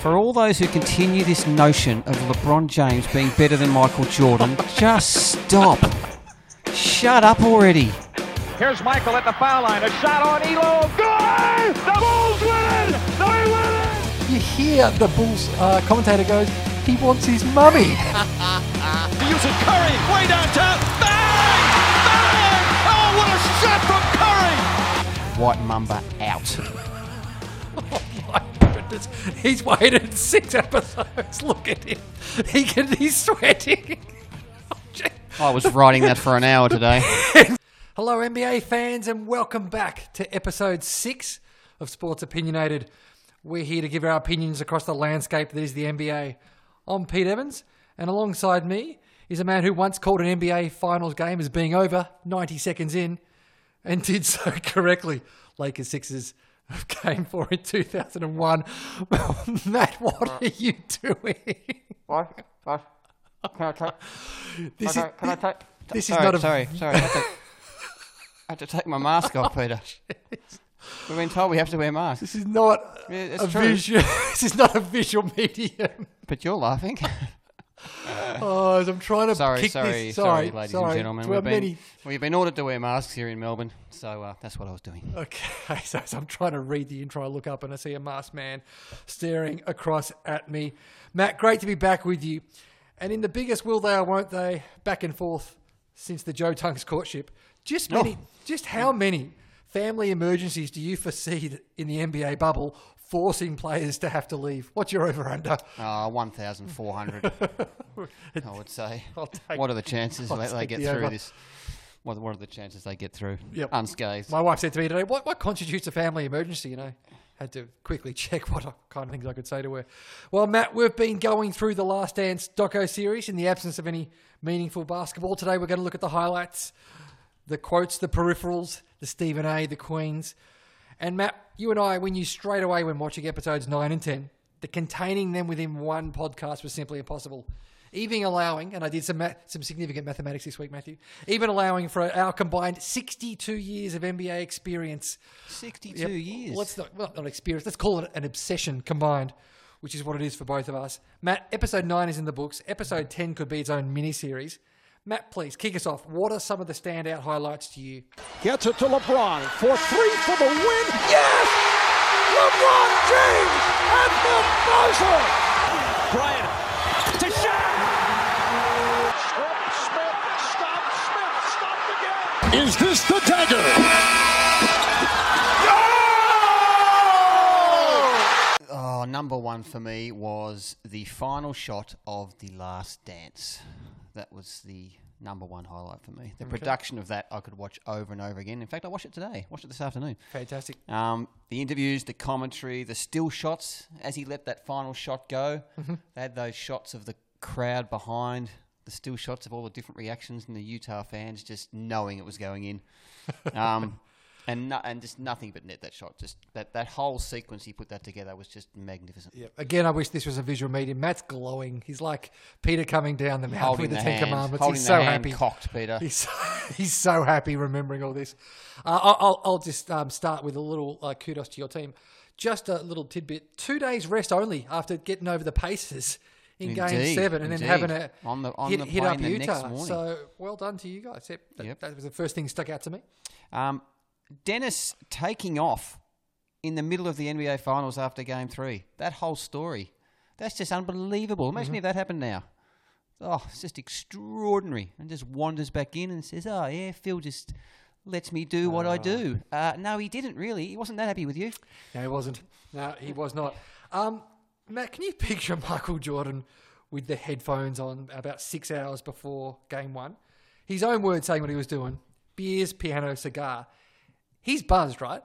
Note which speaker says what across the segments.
Speaker 1: For all those who continue this notion of LeBron James being better than Michael Jordan, just stop. Shut up already.
Speaker 2: Here's Michael at the foul line. A shot on Elo. Good! The Bulls win! They win it!
Speaker 3: You hear the Bulls uh, commentator goes, he wants his mummy.
Speaker 2: Uses Curry way downtown. Bang! Bang! Oh, what a shot from Curry!
Speaker 1: White Mamba out.
Speaker 3: My goodness, he's waited six episodes. Look at him. He can, he's sweating. Oh,
Speaker 1: I was writing that for an hour today.
Speaker 3: Hello, NBA fans, and welcome back to episode six of Sports Opinionated. We're here to give our opinions across the landscape that is the NBA. I'm Pete Evans, and alongside me is a man who once called an NBA finals game as being over 90 seconds in and did so correctly. Lakers Sixers of Game 4 in 2001. Matt, what are you doing?
Speaker 4: What? What? Can I take?
Speaker 3: This
Speaker 4: Okay, can I take?
Speaker 3: this is
Speaker 1: sorry,
Speaker 3: not a-
Speaker 1: sorry, sorry. I had, to, I had to take my mask off, Peter. We've been told we have to wear masks,
Speaker 3: This is not
Speaker 1: Yeah, it's
Speaker 3: a
Speaker 1: true.
Speaker 3: visual. This is not a visual medium.
Speaker 1: but you're laughing.
Speaker 3: Oh, as I'm trying to
Speaker 1: Sorry,
Speaker 3: kick
Speaker 1: sorry,
Speaker 3: this.
Speaker 1: sorry, ladies and
Speaker 3: sorry.
Speaker 1: gentlemen.
Speaker 3: To our
Speaker 1: We've been,
Speaker 3: many-
Speaker 1: we've been ordered to wear masks here in Melbourne, so uh, that's what I was doing.
Speaker 3: Okay, so as I'm trying to read the intro, I look up and I see a masked man staring across at me. Matt, great to be back with you. And in the biggest will they or won't they back and forth since the Joe Tunks courtship, just many, just how many family emergencies do you foresee that- in the NBA bubble forcing players to have to leave? What's your over under?
Speaker 1: Uh, 1,400, I would say.
Speaker 3: I'll take-
Speaker 1: What are the chances
Speaker 3: I'll
Speaker 1: that they
Speaker 3: take
Speaker 1: get
Speaker 3: the
Speaker 1: through
Speaker 3: over.
Speaker 1: this? What, what are the chances they get through
Speaker 3: Yep.
Speaker 1: unscathed?
Speaker 3: My wife said to me today, "What what constitutes a family emergency?" You know, had to quickly check what kind of things I could say to her. Well, Matt, we've been going through the Last Dance doco series in the absence of any meaningful basketball. Today, we're going to look at the highlights, the quotes, the peripherals, the Stephen A, the Queens, and Matt. You and I, we knew straight away when watching episodes nine and ten that containing them within one podcast was simply impossible. Even allowing, and I did some ma- some significant mathematics this week, Matthew. Even allowing for our combined 62 years of NBA experience,
Speaker 1: 62 years.
Speaker 3: Let's not, well, not experience. Let's call it an obsession combined, which is what it is for both of us. Matt, episode nine is in the books. Episode ten could be its own mini series. Matt, please kick us off. What are some of the standout highlights to you?
Speaker 2: Gets it to LeBron for three for the win. Yes! LeBron James at the buzzer! Bryant to shot! Smith, stop Smith, stopped again! Is this the dagger?
Speaker 1: Oh, number one for me was the final shot of The Last Dance. That was the number one highlight for me. The production of that I could watch over and over again. In fact, I watched it today. Watched it this afternoon.
Speaker 3: Fantastic.
Speaker 1: Um, the interviews, the commentary, the still shots as he let that final shot go.
Speaker 3: Mm-hmm.
Speaker 1: They had those shots of the crowd behind, the still shots of all the different reactions and the Utah fans just knowing it was going in. Um, and, no, and just nothing but net that shot. Just that, that whole sequence he put that together was just magnificent.
Speaker 3: Yep. Again, I wish this was a visual medium. Matt's glowing. He's like Peter coming down the mountain
Speaker 1: Holding
Speaker 3: with the,
Speaker 1: the
Speaker 3: Ten
Speaker 1: hand,
Speaker 3: Commandments.
Speaker 1: holding
Speaker 3: He's
Speaker 1: the
Speaker 3: so
Speaker 1: hand
Speaker 3: happy.
Speaker 1: cocked, Peter.
Speaker 3: He's, he's so happy remembering all this. Uh, I'll, I'll- I'll just um, start with a little uh, kudos to your team. Just a little tidbit. Two days rest only after getting over the paces in Game
Speaker 1: Indeed,
Speaker 3: Seven, and then
Speaker 1: indeed.
Speaker 3: having a
Speaker 1: On the- on
Speaker 3: hit,
Speaker 1: the
Speaker 3: hit
Speaker 1: plane
Speaker 3: up
Speaker 1: the next
Speaker 3: Utah.
Speaker 1: morning.
Speaker 3: So well done to you guys. Yep, that,
Speaker 1: Yep.
Speaker 3: that was the first thing that stuck out to me.
Speaker 1: Um, Dennis taking off in the middle of the NBA Finals after Game Three. That whole story, that's just unbelievable. Imagine if that happened now. Oh, it's just extraordinary. And just wanders back in and says, "Oh yeah, Phil just lets me do what I do." Uh, no, he didn't really. He wasn't that happy with you.
Speaker 3: No, he wasn't. No, he was not. Um, Matt, can you picture Michael Jordan with the headphones on about six hours before game one? His own words saying what he was doing beers, piano, cigar. He's buzzed, right?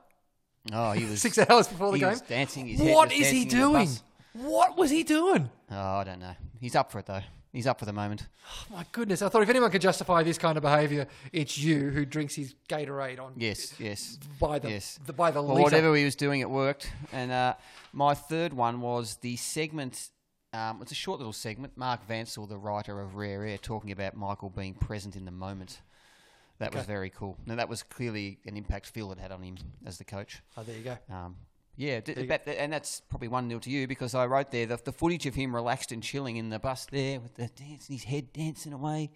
Speaker 1: Oh, he was
Speaker 3: Six hours before the
Speaker 1: he
Speaker 3: game.
Speaker 1: was dancing. His head
Speaker 3: what
Speaker 1: was
Speaker 3: is he
Speaker 1: dancing in the
Speaker 3: doing?
Speaker 1: bus.
Speaker 3: What was he doing?
Speaker 1: Oh, I don't know. He's up for it though. He's up for the moment.
Speaker 3: Oh, my goodness. I thought if anyone could justify this kind of behavior, it's you who drinks his Gatorade on
Speaker 1: Yes, yes.
Speaker 3: by the,
Speaker 1: Yes.
Speaker 3: the by the
Speaker 1: Well,
Speaker 3: liter.
Speaker 1: whatever he was doing, it worked. And uh, my third one was the segment. Um, it's a short little segment. Mark Vansell, the writer of Rare Air, talking about Michael being present in the moment. That was very cool. Now that was clearly an impact Phil had had on him as the coach.
Speaker 3: Oh, there you go.
Speaker 1: Um, Yeah, d- but, and that's probably 1 0 to you because I wrote there the, the footage of him relaxed and chilling in the bus there with the dance, his head dancing away,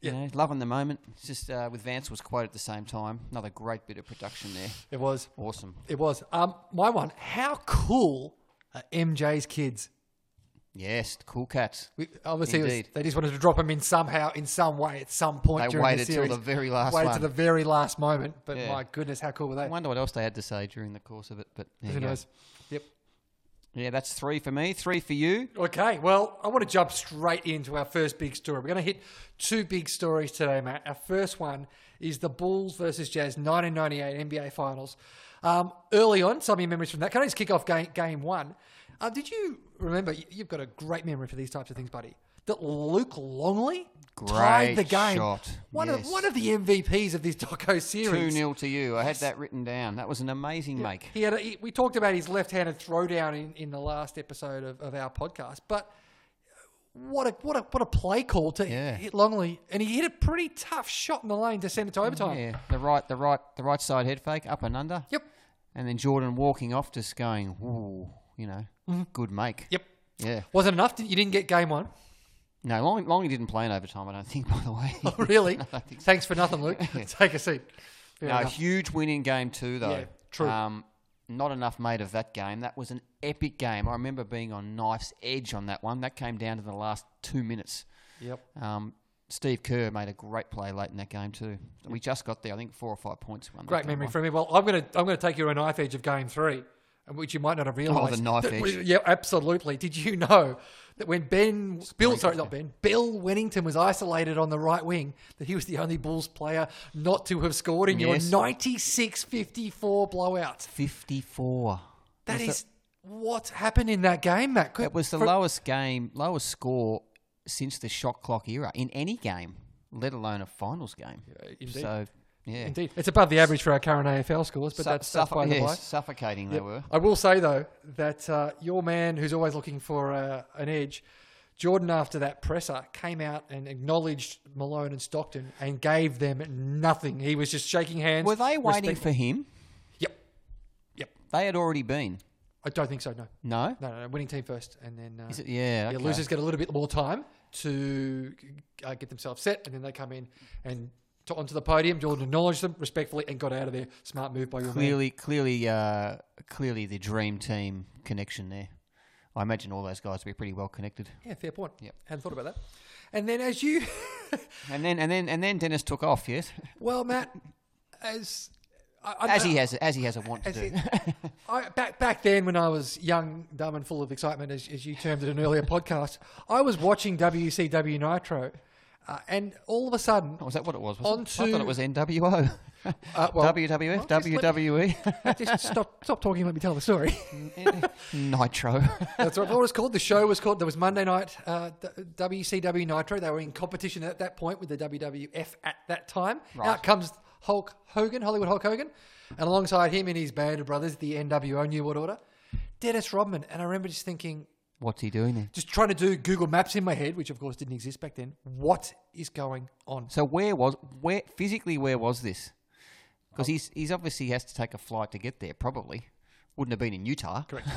Speaker 1: you know, loving the moment. It's just uh, with Vance was quoted at the same time. Another great bit of production there.
Speaker 3: It was.
Speaker 1: Awesome.
Speaker 3: It was. Um, my one. How cool are MJ's kids?
Speaker 1: Yes, the cool cats.
Speaker 3: We, obviously, it was-
Speaker 1: Indeed.
Speaker 3: they just wanted to drop him in somehow, in some way, at some point.
Speaker 1: They
Speaker 3: during
Speaker 1: waited
Speaker 3: the
Speaker 1: till
Speaker 3: series.
Speaker 1: the very last
Speaker 3: Waited
Speaker 1: one.
Speaker 3: to the very last moment. But
Speaker 1: Yeah.
Speaker 3: my goodness, how cool were
Speaker 1: I
Speaker 3: they?
Speaker 1: wonder what else they had to say during the course of it, but there
Speaker 3: Who
Speaker 1: you go.
Speaker 3: knows? Yep.
Speaker 1: Yeah, that's three for me, three for you.
Speaker 3: Okay, well, I want to jump straight into our first big story. We're going to hit two big stories today, Matt. Our first one is the Bulls versus Jazz 1998 NBA Finals. Um, early on, some of your memories from that. Can I just kick off game, game one? Uh, did you remember? you- You've got a great memory for these types of things, buddy. That Luke Longley
Speaker 1: Great
Speaker 3: tied the game.
Speaker 1: shot,
Speaker 3: One,
Speaker 1: yes.
Speaker 3: of, one of the MVPs of this doco
Speaker 1: Two
Speaker 3: series.
Speaker 1: nil to you. I had that written down. That was an amazing make.
Speaker 3: He had a, he, we talked about his left-handed throwdown in, in the last episode of, of our podcast, but what a what a what a play call to
Speaker 1: Yeah.
Speaker 3: hit Longley, and he hit a pretty tough shot in the lane to send it to overtime.
Speaker 1: Yeah, the right, the right, the right side head fake up and under.
Speaker 3: Yep,
Speaker 1: And then Jordan walking off, just going, "Ooh, you know,
Speaker 3: Mm-hmm.
Speaker 1: good make."
Speaker 3: yep.
Speaker 1: Yeah.
Speaker 3: Wasn't enough. Did- You didn't get game one,
Speaker 1: No, Long, Longy didn't play in overtime. I don't think. By the way.
Speaker 3: Oh, really. Thanks for nothing, Luke. Take a seat. Fair
Speaker 1: no,
Speaker 3: enough.
Speaker 1: huge win in game two though.
Speaker 3: Yeah, true.
Speaker 1: Um, not enough made of that game. That was an epic game. I remember being on knife's edge on that one. That came down to the last two minutes.
Speaker 3: Yep.
Speaker 1: Um, Steve Kerr made a great play late in that game too. We just got there. I think four or five points. Won that
Speaker 3: Great
Speaker 1: game
Speaker 3: memory
Speaker 1: by.
Speaker 3: from me. Well, I'm gonna I'm gonna take you to a knife edge of game three, which you might not have realised.
Speaker 1: Oh, knife
Speaker 3: That-
Speaker 1: edge.
Speaker 3: Yeah, absolutely. Did you know that when Ben Bill sorry not Ben Bill Wennington was isolated on the right wing, that he was the only Bulls player not to have scored in
Speaker 1: Yes.
Speaker 3: your 96-54 blowout.
Speaker 1: 54.
Speaker 3: That is what happened in that game, Matt.
Speaker 1: It was the
Speaker 3: For-
Speaker 1: lowest game, lowest score since the shot clock era in any game, let alone a finals game.
Speaker 3: indeed.
Speaker 1: So, yeah.
Speaker 3: Indeed, it's above the average for our current AFL scores, but
Speaker 1: Su-
Speaker 3: that's, that's
Speaker 1: suffoc-
Speaker 3: by the
Speaker 1: yes,
Speaker 3: by.
Speaker 1: suffocating they were.
Speaker 3: I will say though that uh, your man, who's always looking for uh, an edge, Jordan, after that presser, came out and acknowledged Malone and Stockton and gave them nothing. He was just shaking hands.
Speaker 1: Were they waiting
Speaker 3: respect-
Speaker 1: for him?
Speaker 3: Yep, yep.
Speaker 1: They had already been.
Speaker 3: I don't think so. No,
Speaker 1: No?
Speaker 3: no, no. no. Winning team first, and then uh,
Speaker 1: Is it- yeah,
Speaker 3: yeah,
Speaker 1: okay.
Speaker 3: losers get a little bit more time to uh, get themselves set, and then they come in and to, onto the podium. Jordan acknowledged them respectfully and got out of there. Smart move by your man.
Speaker 1: Clearly, clearly, uh, clearly the dream team connection there. I imagine all those guys would be pretty well connected.
Speaker 3: Yeah, fair point. Yeah, hadn't thought about that. And then as you.
Speaker 1: And then, and then, and then Dennis took off. Yes,
Speaker 3: Well, Matt, as I, I,
Speaker 1: as he has, as he has a want to do.
Speaker 3: I, back back then when I was young, dumb, and full of excitement, as, as you termed it in an earlier podcast, I was watching WCW Nitro, uh, and all of a sudden,
Speaker 1: Oh, was that what it was? was it? I
Speaker 3: Onto-
Speaker 1: thought it was NWO.
Speaker 3: uh, well,
Speaker 1: WWF,
Speaker 3: just let me-
Speaker 1: WWE,
Speaker 3: just stop stop talking. Let me tell the story.
Speaker 1: Nitro.
Speaker 3: That's what it was called. The show was called. There was Monday night uh, D- WCW Nitro. They were in competition at that point with the WWF at that time. Out comes Hulk Hogan, Hollywood Hulk Hogan, and alongside him and his band of brothers, the NWO New World Order, Dennis Rodman. And I remember just thinking,
Speaker 1: What's he doing there?
Speaker 3: just trying to do Google Maps in my head, which of course didn't exist back then. What is going on?
Speaker 1: So where was where physically where was this? Because he's he's obviously has to take a flight to get there. Probably wouldn't have been in Utah. Correct.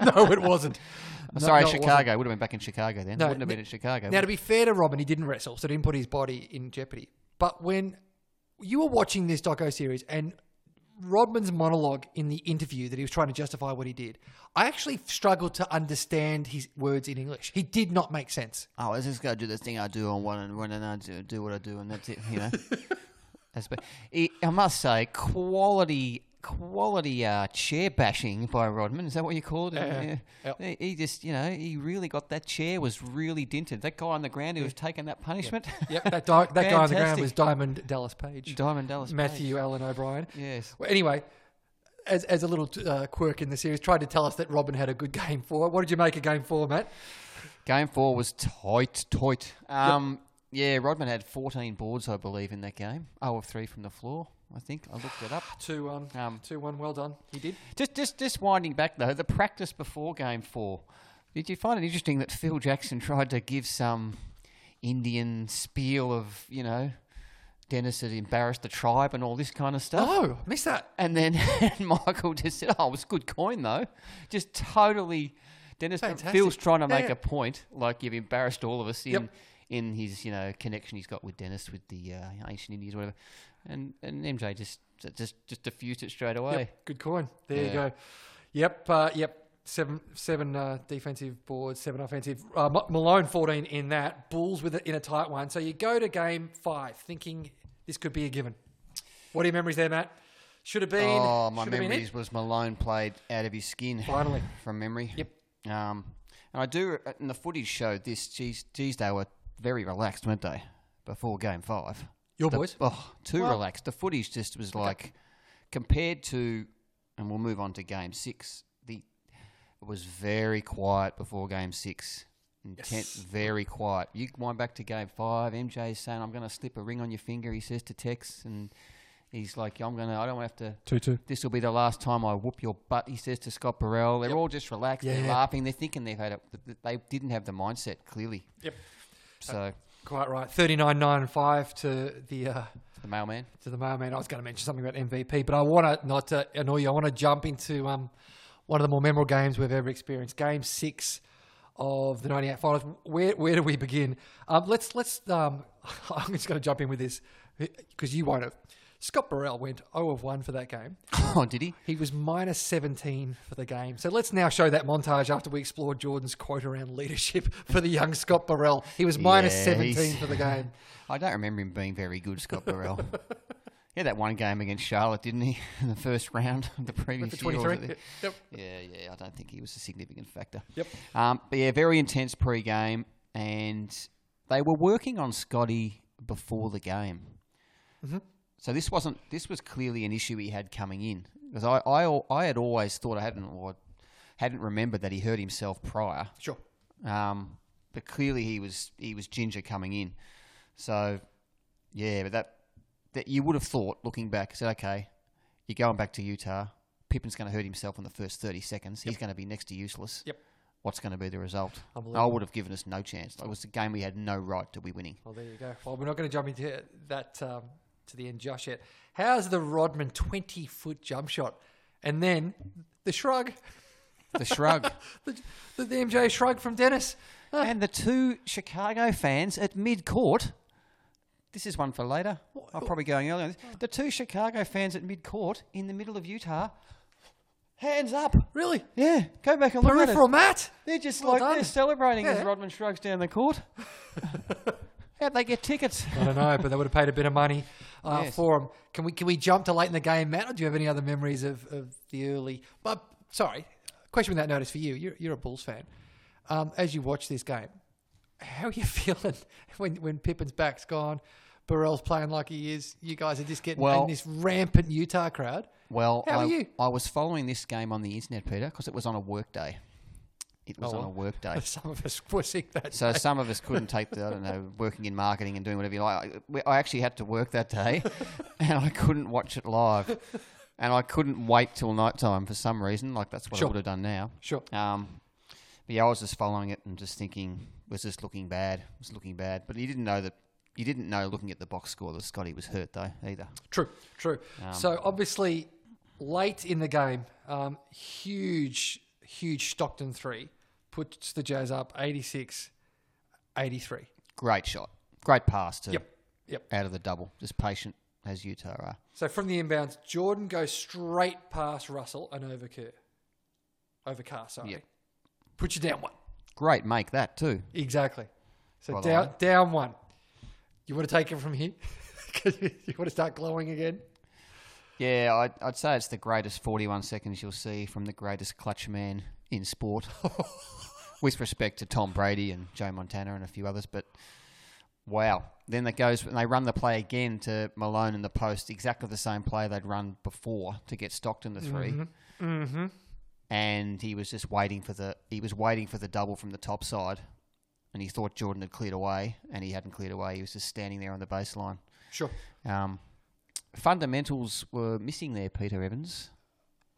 Speaker 3: no, it wasn't.
Speaker 1: Sorry,
Speaker 3: no, it wasn't.
Speaker 1: Chicago would have been back in Chicago then.
Speaker 3: No,
Speaker 1: wouldn't have
Speaker 3: n-
Speaker 1: been in Chicago.
Speaker 3: Now, to be fair to Robin, he didn't wrestle, so didn't put his body in jeopardy. But when you were watching this doco series and Rodman's monologue in the interview that he was trying to justify what he did, I actually struggled to understand his words in English. He did not make sense.
Speaker 1: oh, I just gotta do this thing I do on one and one and I do, do what I do and that's it. You know. that's, but it, I must say, quality quality uh, chair bashing by Rodman. Is that what you called it? Yeah. He- He just you know he really got that chair was really dinted. That guy on the ground who was taking that punishment.
Speaker 3: Yep, that, di- that guy on the ground
Speaker 1: Fantastic.
Speaker 3: was Diamond Dallas Page.
Speaker 1: Diamond Dallas Page.
Speaker 3: Matthew Allen O'Brien.
Speaker 1: Yes.
Speaker 3: Well, anyway, as, as a little uh, quirk in the series, tried to tell us that Robin had a good game for. What did you make of game four, Matt?
Speaker 1: Game four was tight, tight. Um, Yeah, Rodman had 14 boards, I believe, in that game. 0 of 3 from the floor, I think. I looked it up.
Speaker 3: Two one,
Speaker 1: Um,
Speaker 3: two one. Well done. He did.
Speaker 1: Just, just, just winding back, though, the practice before game four. Did you find it interesting that Phil Jackson tried to give some Indian spiel of, you know, Dennis had embarrassed the tribe and all this kind of stuff.
Speaker 3: Oh, I missed that.
Speaker 1: And then and Michael just said, "Oh, it was good coin though." Just totally. Dennis
Speaker 3: Fantastic.
Speaker 1: Phil's trying to
Speaker 3: Yeah,
Speaker 1: make
Speaker 3: yeah.
Speaker 1: a point, like you've embarrassed all of us in
Speaker 3: Yep.
Speaker 1: in his you know connection he's got with Dennis with the uh, ancient Indians, or whatever. And and MJ just just just diffused it straight away.
Speaker 3: Yep, good coin. There you
Speaker 1: Yeah.
Speaker 3: go. Yep, uh, yep. Seven, seven uh, defensive boards, seven offensive. Uh, Ma- Malone fourteen in that. Bulls with it in a tight one. So you go to game five thinking this could be a given. What are your memories there, Matt? Should have been.
Speaker 1: Oh, my
Speaker 3: should have been it.
Speaker 1: memories was Malone played out of his skin.
Speaker 3: Finally.
Speaker 1: From memory.
Speaker 3: Yep.
Speaker 1: Um, and I do, and the footage showed this. Geez, geez they were very relaxed, weren't they? Before game five.
Speaker 3: Your
Speaker 1: The-
Speaker 3: boys.
Speaker 1: Oh, too relaxed. The footage just was like, compared to, and we'll move on to game six, the, it was very quiet before game six. Intent, very quiet. You wind back to game five. MJ's saying, I'm going to slip a ring on your finger, he says to Tex. And he's like, I'm going to, I don't have to
Speaker 3: Two two.
Speaker 1: this will be the last time I whoop your butt, he says to Scott Burrell. They're all just relaxed, they're
Speaker 3: Yeah.
Speaker 1: laughing, they're thinking they've had it. They didn't have the mindset, clearly.
Speaker 3: Yep.
Speaker 1: So,
Speaker 3: Quite right. Thirty nine nine five to the. Uh,
Speaker 1: the mailman.
Speaker 3: to the mailman. I was going to mention something about MVP, but I want to not to annoy you. I want to jump into um, one of the more memorable games we've ever experienced. Game six of the '98 finals. Where where do we begin? Um, let's let's. Um, I'm just going to jump in with this because you won't have. Scott Burrell went 0 of 1 for that game.
Speaker 1: oh, did he?
Speaker 3: He was minus 17 for the game. So let's now show that montage after we explore Jordan's quote around leadership for the young Scott Burrell. He was minus
Speaker 1: Yeah,
Speaker 3: 17
Speaker 1: he's-
Speaker 3: for the game.
Speaker 1: I don't remember him being very good, Scott Burrell. He had that one game against Charlotte, didn't he, in the first round of the previous
Speaker 3: For
Speaker 1: year? or
Speaker 3: 23.
Speaker 1: the-
Speaker 3: Yep.
Speaker 1: Yeah, yeah. I don't think he was a significant factor.
Speaker 3: Yep.
Speaker 1: Um, but yeah, very intense pre-game, and they were working on Scotty before the game. So this wasn't. This was clearly an issue he had coming in because I, I, al- I had always thought I hadn't or hadn't remembered that he hurt himself prior.
Speaker 3: Sure.
Speaker 1: Um, but clearly he was he was ginger coming in. So yeah, but that that you would have thought looking back, said okay, you're going back to Utah. Pippen's going to hurt himself in the first thirty seconds. He's going to be next to useless.
Speaker 3: Yep.
Speaker 1: What's going to be the result? I
Speaker 3: Unbelievable.
Speaker 1: would have given us no chance. It was a game we had no right to be winning.
Speaker 3: Well, there you go. Well, we're not going to jump into that um, to the end just yet. How's the Rodman 20 foot jump shot? And then the shrug,
Speaker 1: The shrug.
Speaker 3: the, the, the MJ shrug from Dennis.
Speaker 1: and the two Chicago fans at mid-court. This is one for later. I'm probably going early on this. The two Chicago fans at mid-court in the middle of Utah, hands up.
Speaker 3: Really?
Speaker 1: Yeah, go back and look at
Speaker 3: Peripheral
Speaker 1: it.
Speaker 3: Matt?
Speaker 1: They're just
Speaker 3: Well
Speaker 1: like
Speaker 3: done.
Speaker 1: they're celebrating
Speaker 3: Yeah.
Speaker 1: as Rodman shrugs down the court. How'd they get tickets?
Speaker 3: I don't know, but they would have paid a bit of money uh,
Speaker 1: Yes.
Speaker 3: for him. Can we can we jump to late in the game, Matt? Or do you have any other memories of, of the early? But sorry, question without notice for you. You're, you're a Bulls fan. Um, as you watch this game, how are you feeling when when Pippen's back's gone, Burrell's playing like he is? You guys are just getting
Speaker 1: Well-
Speaker 3: in this rampant Utah crowd.
Speaker 1: Well,
Speaker 3: How
Speaker 1: I,
Speaker 3: are you?
Speaker 1: I was following this game on the internet, Peter, because it was on a work day. It was on a work day.
Speaker 3: Some of us were seeing that.
Speaker 1: So some of us couldn't take the, I don't know, working in marketing and doing whatever you like. I- we- I actually had to work that day and I couldn't watch it live. And I couldn't wait till night time for some reason. Like, that's what I
Speaker 3: Sure.
Speaker 1: would have done now.
Speaker 3: Sure.
Speaker 1: Um, but yeah, I was just following it and just thinking, was this looking bad? Was looking bad? But you didn't know that. You didn't know looking at the box score that Scotty was hurt though either.
Speaker 3: True, true.
Speaker 1: Um,
Speaker 3: so obviously, late in the game, um, huge, huge Stockton three puts the Jazz up 86 83.
Speaker 1: Great shot, great pass to
Speaker 3: Yep, yep.
Speaker 1: out of the double. Just patient as Utah are.
Speaker 3: So from the inbounds, Jordan goes straight past Russell and over Kerr. Over Carr, sorry.
Speaker 1: Yep.
Speaker 3: Put you down one.
Speaker 1: Great make that too.
Speaker 3: Exactly. So
Speaker 1: By the
Speaker 3: down,
Speaker 1: way.
Speaker 3: down one. You want to take it from here? 'Cause you you want to start glowing again?
Speaker 1: Yeah, I'd, I'd say it's the greatest 41 seconds you'll see from the greatest clutch man in sport, with respect to Tom Brady and Joe Montana and a few others. But wow. Then that goes, and they run the play again to Malone in the post, exactly the same play they'd run before to get Stockton to 3 Mm-hmm. And he was just waiting for the he was waiting for the double from the top side, and he thought Jordan had cleared away, and he hadn't cleared away. He was just standing there on the baseline.
Speaker 3: Sure.
Speaker 1: Um, fundamentals were missing there, Peter Evans.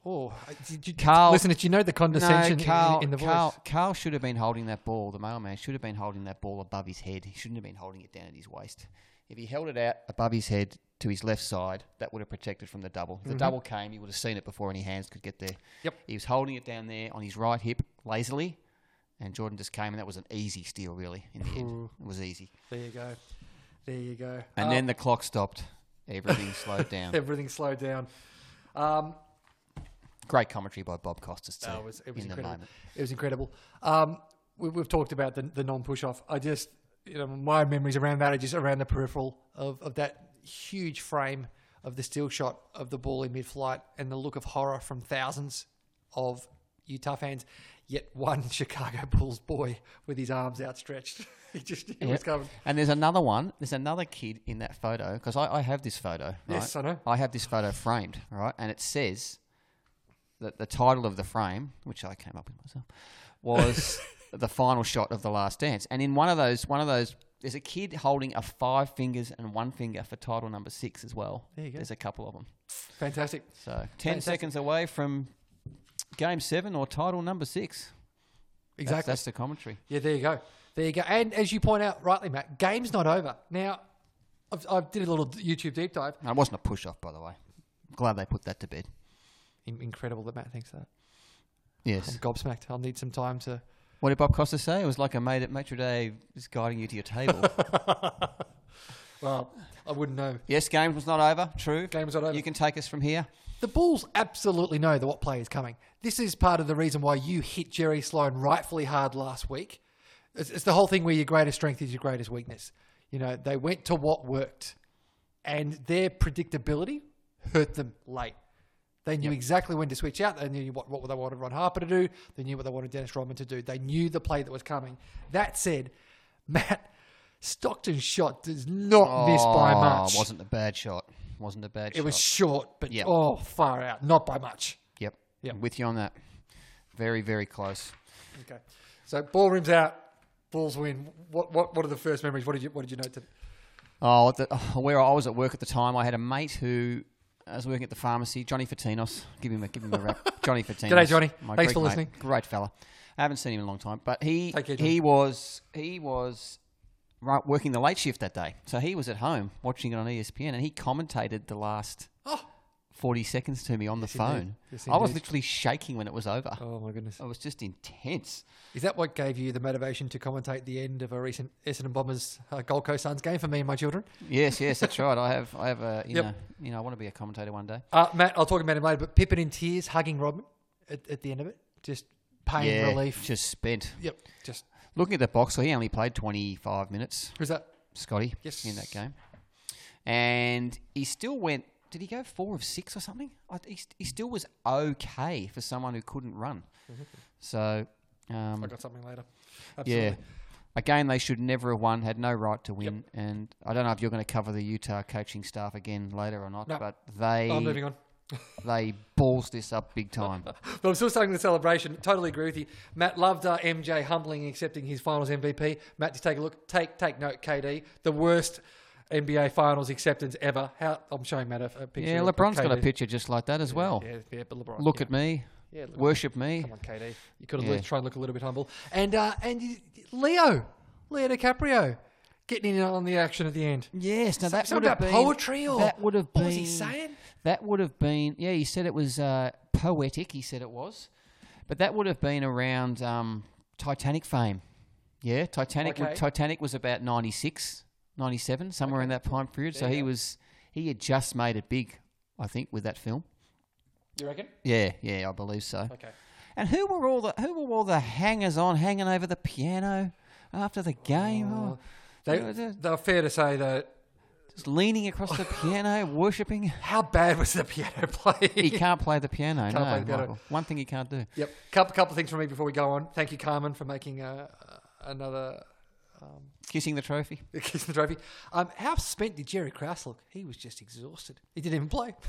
Speaker 3: Oh, did you,
Speaker 1: Carl-
Speaker 3: listen, did you know the condescension in-
Speaker 1: Carl,
Speaker 3: in, the voice?
Speaker 1: Carl, Carl should have been holding that ball. The mailman should have been holding that ball above his head. He shouldn't have been holding it down at his waist. If he held it out above his head to his left side, that would have protected from the double. If the double came, he would have seen it before any hands could get there.
Speaker 3: Mm-hmm. Yep.
Speaker 1: He was holding it down there on his right hip lazily, and Jordan just came, and that was an easy steal, really, in the end. It was easy.
Speaker 3: There you go. There you go.
Speaker 1: And
Speaker 3: Uh,
Speaker 1: then the clock stopped. Everything slowed down.
Speaker 3: everything slowed down. Um,
Speaker 1: Great commentary by Bob Costas, too.
Speaker 3: Oh, it was, it was
Speaker 1: in the
Speaker 3: incredible.
Speaker 1: moment.
Speaker 3: It was incredible. Um, we, we've talked about the, the non push off. I just, you know, my memories around that are just around the peripheral of, of that huge frame of the steel shot of the ball in mid flight and the look of horror from thousands of Utah fans. Yet one Chicago Bulls boy with his arms outstretched. he just, he was
Speaker 1: Yep.
Speaker 3: going,
Speaker 1: And there's another one. There's another kid in that photo because I, I have this photo. Right?
Speaker 3: Yes, I know.
Speaker 1: I have this photo framed, all right, and it says that the title of the frame, which I came up with myself, was the final shot of the Last Dance. And in one of those, one of those, there's a kid holding a five fingers and one finger for title number six as well.
Speaker 3: There you go.
Speaker 1: There's a couple of them.
Speaker 3: fantastic.
Speaker 1: So ten
Speaker 3: Fantastic.
Speaker 1: seconds away from game seven or title number six. That's-
Speaker 3: Exactly.
Speaker 1: that's the commentary.
Speaker 3: Yeah, there you go. There you go. And as you point out rightly, Matt, game's not over. Now, I've, I did a little YouTube deep dive.
Speaker 1: And it wasn't a push off, by the way. Glad they put that to bed.
Speaker 3: In- Incredible that Matt thinks that.
Speaker 1: Yes.
Speaker 3: I'm gobsmacked. I'll need some time to.
Speaker 1: What did Bob Costa say? It was like a mate at Maitre Day is guiding you to your table.
Speaker 3: Well, I wouldn't know.
Speaker 1: yes, game was not over. True.
Speaker 3: Game was not over.
Speaker 1: You can take us from here.
Speaker 3: The Bulls absolutely know that what play is coming. This is part of the reason why you hit Jerry Sloan rightfully hard last week. It's, it's the whole thing where your greatest strength is your greatest weakness. You know, they went to what worked, and their predictability hurt them late. They knew exactly when to switch out. They knew what, what they wanted Ron Harper to do. They knew what they wanted Dennis Rodman to do. They knew the play that was coming. That said, Matt Stockton's shot does not miss by
Speaker 1: Oh,
Speaker 3: much.
Speaker 1: Wasn't a bad shot. Wasn't a bad
Speaker 3: It
Speaker 1: shot.
Speaker 3: was short, but
Speaker 1: Yep.
Speaker 3: oh, far out. Not by much.
Speaker 1: Yep.
Speaker 3: Yep.
Speaker 1: I'm With you on that. Very, very close.
Speaker 3: Okay. So ball rims out, Bulls win. What what what are the first memories? What did you what did you note? To,
Speaker 1: Oh, the, oh, where I was at work at the time, I had a mate who I was working at the pharmacy, Johnny Fatinos. Give him a give him a rap. Johnny Fatinos.
Speaker 3: G'day, Johnny.
Speaker 1: My Greek
Speaker 3: Thanks for
Speaker 1: mate.
Speaker 3: listening.
Speaker 1: Great fella. I haven't seen him in a long time, but he
Speaker 3: Take care, Johnny.
Speaker 1: he was he was right working the late shift that day, so he was at home watching it on E ESPN, and he commentated the last. 40 seconds to me on the phone.
Speaker 3: Oh. Yes,
Speaker 1: I was
Speaker 3: indeed.
Speaker 1: literally shaking when it was over.
Speaker 3: oh my goodness.
Speaker 1: It was just intense.
Speaker 3: Is that what gave you the motivation to commentate the end of a recent Essendon Bombers uh, Gold Coast Suns game for me and my children?
Speaker 1: Yes, yes, that's right. I have, I have a, you
Speaker 3: Yep.
Speaker 1: know, you know, I want to be a commentator one day.
Speaker 3: Uh, Matt, I'll talk about him later. But Pippin in tears, hugging Rodman at, at the end of it, just pain
Speaker 1: yeah,
Speaker 3: relief.
Speaker 1: just spent.
Speaker 3: yep. Just
Speaker 1: Looking at the box, so he only played 25 minutes,
Speaker 3: who's that?
Speaker 1: Scotty,
Speaker 3: Yes.
Speaker 1: in that game. And he still went, did he go four of six or something? I, he, st- he still was okay for someone who couldn't run.
Speaker 3: Mm-hmm.
Speaker 1: So,
Speaker 3: I
Speaker 1: um,
Speaker 3: got something later.
Speaker 1: yeah.
Speaker 3: Absolutely.
Speaker 1: A game they should never have won, had no right to win. And I don't know if you're going to cover the Utah coaching staff again later or not,
Speaker 3: No.
Speaker 1: but they
Speaker 3: I'm Oh, moving on.
Speaker 1: they balls this up big time.
Speaker 3: But I'm still starting the celebration. Totally agree with you. Matt loved uh, MJ humbling and accepting his finals MVP. Matt, just take a look. Take take note, KD. The worst NBA finals acceptance ever. How I'm showing Matt a, a picture.
Speaker 1: yeah,
Speaker 3: of
Speaker 1: LeBron's got a
Speaker 3: KD.
Speaker 1: picture just like that as well.
Speaker 3: Yeah, yeah, but LeBron.
Speaker 1: Look
Speaker 3: yeah.
Speaker 1: at me,
Speaker 3: Yeah, look at me.
Speaker 1: worship me.
Speaker 3: Come on, KD. You could have
Speaker 1: Yeah.
Speaker 3: looked- tried to look a little bit humble. And uh, and you- Leo, Leo DiCaprio, getting in on the action at the end.
Speaker 1: Yes, now that
Speaker 3: Something
Speaker 1: would have
Speaker 3: about
Speaker 1: been
Speaker 3: poetry or
Speaker 1: that would have been.
Speaker 3: what was he saying?
Speaker 1: That would have been. Yeah, he said it was uh, poetic. He said it was, but that would have been around um, Titanic fame. Yeah, Titanic. would-
Speaker 3: Okay.
Speaker 1: Titanic was about 96, 97, somewhere in that time period. so he was he had just made it big, I think, with that film.
Speaker 3: You reckon?
Speaker 1: Yeah, yeah, I believe so.
Speaker 3: Okay.
Speaker 1: And who were all the who were all the hangers on hanging over the piano after the game? Oh,
Speaker 3: They,
Speaker 1: Yeah, that-
Speaker 3: they were fair to say that.
Speaker 1: just leaning across the piano, worshipping.
Speaker 3: How bad was the piano play?
Speaker 1: He can't play the piano. no,
Speaker 3: play the piano.
Speaker 1: Michael. One thing he can't do.
Speaker 3: Yep. Couple couple of things from me before we go on. Thank you, Carmen, for making uh, another
Speaker 1: Kissing the trophy.
Speaker 3: kiss the trophy. Um, how spent did Jerry Krause look? He was just exhausted. He didn't even play.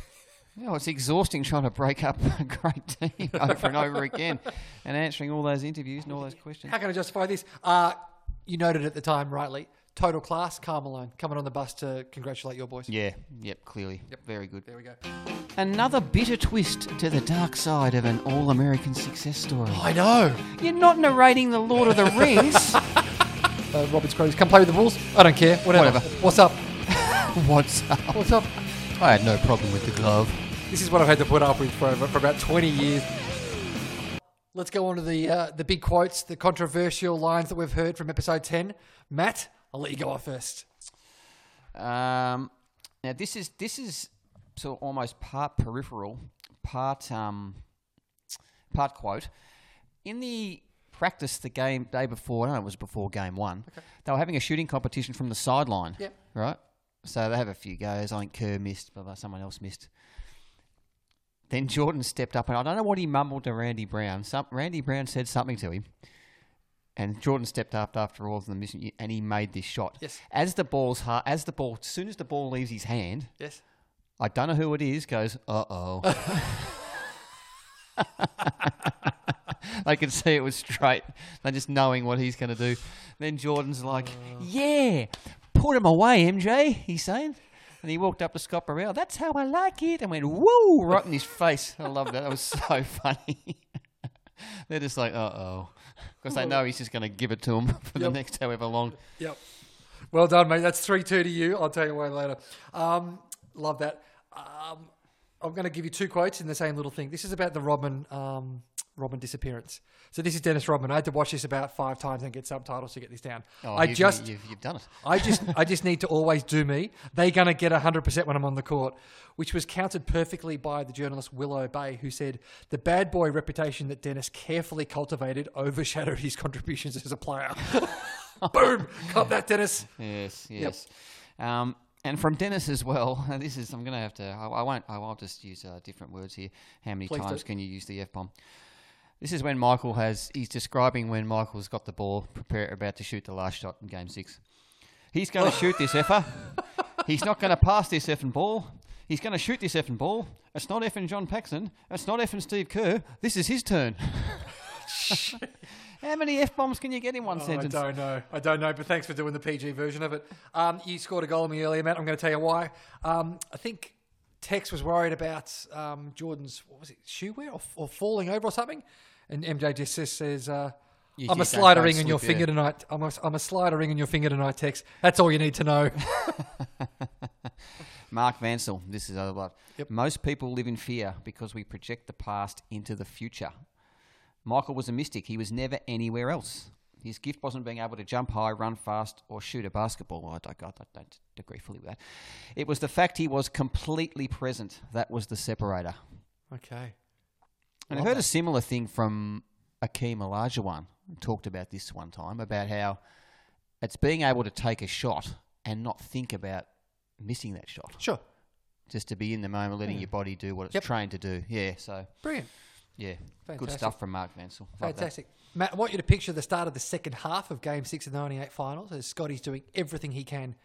Speaker 1: Oh, it's exhausting trying to break up a great team over and over again, and answering all those interviews and all those questions.
Speaker 3: How can I justify this? Uh, you noted at the time, rightly, total class. Carmelone coming on the bus to congratulate your boys.
Speaker 1: Yeah. Yep. Clearly. Yep. Very good.
Speaker 3: There we go.
Speaker 1: Another bitter twist to the dark side of an all-American success story.
Speaker 3: I know.
Speaker 1: You're not narrating the Lord of the Rings.
Speaker 3: Uh, Robert's Crows, come play with the Bulls. I don't care. Whatever.
Speaker 1: Whatever.
Speaker 3: What's up?
Speaker 1: What's up?
Speaker 3: What's up?
Speaker 1: I had no problem with the glove.
Speaker 3: This is what I've had to put up with for, for about 20 years. Let's go on to the, uh, the big quotes, the controversial lines that we've heard from episode 10. Matt, I'll let you go off first.
Speaker 1: Um, now this is this is sort of almost part peripheral, part um, part quote. In the practice the game day before, no, it was before game one. They were having a shooting competition from the sideline.
Speaker 3: Yeah.
Speaker 1: Right. So they have a few goes. I think Kerr missed, blah, blah, someone else missed. Then Jordan stepped up, and I don't know what he mumbled to Randy Brown. Some, Randy Brown said something to him, and Jordan stepped up after all of the mission, and he made this shot.
Speaker 3: Yes.
Speaker 1: As the ball's ha- as the ball, as soon as the ball leaves his hand,
Speaker 3: Yes.
Speaker 1: I don't know who it is, goes, uh oh. they could see it was straight. They're just knowing what he's going to do. Then Jordan's like, yeah, put him away, MJ, he's saying. And he walked up to Scott Burrell, that's how I like it, and went, woo, right in his face. I love that. That was so funny. They're just like, uh oh. Because they know he's just going to give it to him for the
Speaker 3: Yep.
Speaker 1: next however long.
Speaker 3: Yep. Well done, mate. That's 3 2 to you. I'll tell you why later. Um, love that. Um, I'm going to give you two quotes in the same little thing. This is about the Rodman, um, Rodman disappearance. So this is Dennis Rodman. I had to watch this about five times and get subtitles to get this down.
Speaker 1: Oh,
Speaker 3: I
Speaker 1: you've-
Speaker 3: just.
Speaker 1: You've, you've done it.
Speaker 3: I just I just need to always do me. They're going to get 100% when I'm on the court, which was countered perfectly by the journalist Willow Bay, who said the bad boy reputation that Dennis carefully cultivated overshadowed his contributions as a player. Boom! Cut that, Dennis.
Speaker 1: Yes, yes. Um, and from Dennis as well. This is I'm going to have to. I, I won't. I will just use uh, different words here. How many
Speaker 3: Please do.
Speaker 1: times can you use the f bomb? This is when Michael has. He's describing when Michael's got the ball, prepare about to shoot the last shot in Game Six. He's going to shoot this effer. He's not going to pass this effing ball. He's going to shoot this effing ball. It's not effing John Paxson. It's not effing Steve Kerr. This is his turn. How many f bombs can you get in one
Speaker 3: Oh, I
Speaker 1: sentence?
Speaker 3: don't know. I don't know, but thanks for doing the PG version of it. Um, you scored a goal on me earlier, Matt. I'm going to tell you why. Um, I think Tex was worried about um, Jordan's, what was it, shoe wear or, or falling over or something? And MJ just says- says, uh,
Speaker 1: You
Speaker 3: I'm a
Speaker 1: just don't-
Speaker 3: slider
Speaker 1: don't
Speaker 3: ring on your
Speaker 1: slip, yeah.
Speaker 3: finger tonight. I'm a, I'm a slider ring on your finger tonight, Tex. That's all you need to know.
Speaker 1: Mark Vansell, this is other blood.
Speaker 3: Yep.
Speaker 1: Most people live in fear because we project the past into the future. Michael was a mystic. He was never anywhere else. His gift wasn't being able to jump high, run fast, or shoot a basketball. I don't, I don't agree fully with that. It was the fact he was completely present that was the separator.
Speaker 3: okay.
Speaker 1: And I heard a similar thing from Akeem Olajuwon talked about this one time about how it's being able to take a shot and not think about missing that shot
Speaker 3: Sure.
Speaker 1: just to be in the moment, letting your body do what it's
Speaker 3: Yep.
Speaker 1: trained to do. Yeah, so
Speaker 3: Brilliant.
Speaker 1: yeah, good
Speaker 3: Fantastic.
Speaker 1: stuff from Mark Mansell. Love that.
Speaker 3: Fantastic. Matt, I want you to picture the start of the second half of Game 6 of the 98 finals as Scotty's doing everything he can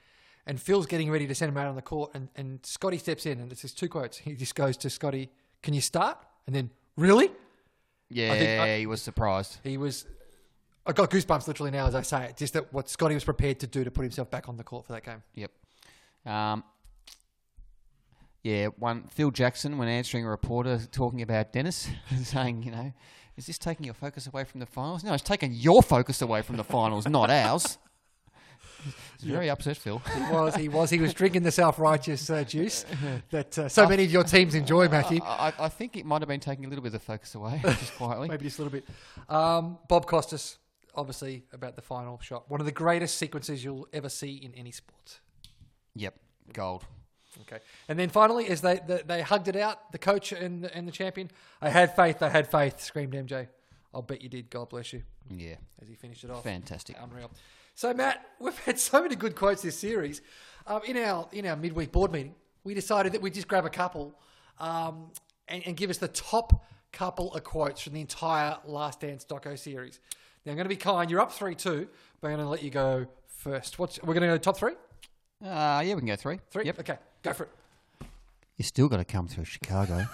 Speaker 3: and Phil's getting ready to send him out on the court and, and Scotty steps in and it's just two quotes. He just goes to Scotty, can you start? And then, really?
Speaker 1: Yeah,
Speaker 3: think I-
Speaker 1: he was surprised.
Speaker 3: He was, I got goosebumps literally now as I say it, just that what Scotty was prepared to do to put himself back on the court for that game.
Speaker 1: Yep. Um, yeah, one Phil Jackson, when answering a reporter talking about Dennis, saying, you know, is this taking your focus away from the finals? No, it's taking your focus away from the finals, not ours. He's very upset, Phil.
Speaker 3: He was, he was, he was drinking the self-righteous uh, juice that uh, so many of your teams enjoy, Matthew.
Speaker 1: I, I think it might have been taking a little bit of the focus away, just quietly.
Speaker 3: maybe just a little bit. Um, Bob Costas, obviously, about the final shot. One of the greatest sequences you'll ever see in any sport.
Speaker 1: Yep, gold.
Speaker 3: Okay. And then finally, as they, they, they hugged it out, the coach and the, and the champion, I had faith, I had faith, screamed MJ. I'll bet you did. God bless you.
Speaker 1: Yeah,
Speaker 3: As he finished it off.
Speaker 1: fantastic.
Speaker 3: Unreal. So Matt, we've had so many good quotes this series. Um, in our in our midweek board meeting, we decided that we'd just grab a couple um, and, and give us the top couple of quotes from the entire Last Dance doco series. Now I'm going to be kind. You're up three two, but I'm going to let you go first. What's we're going to go top three?
Speaker 1: Uh, yeah, we can go three.
Speaker 3: Three.
Speaker 1: Yep.
Speaker 3: Okay, go for it.
Speaker 1: You still got to come through Chicago.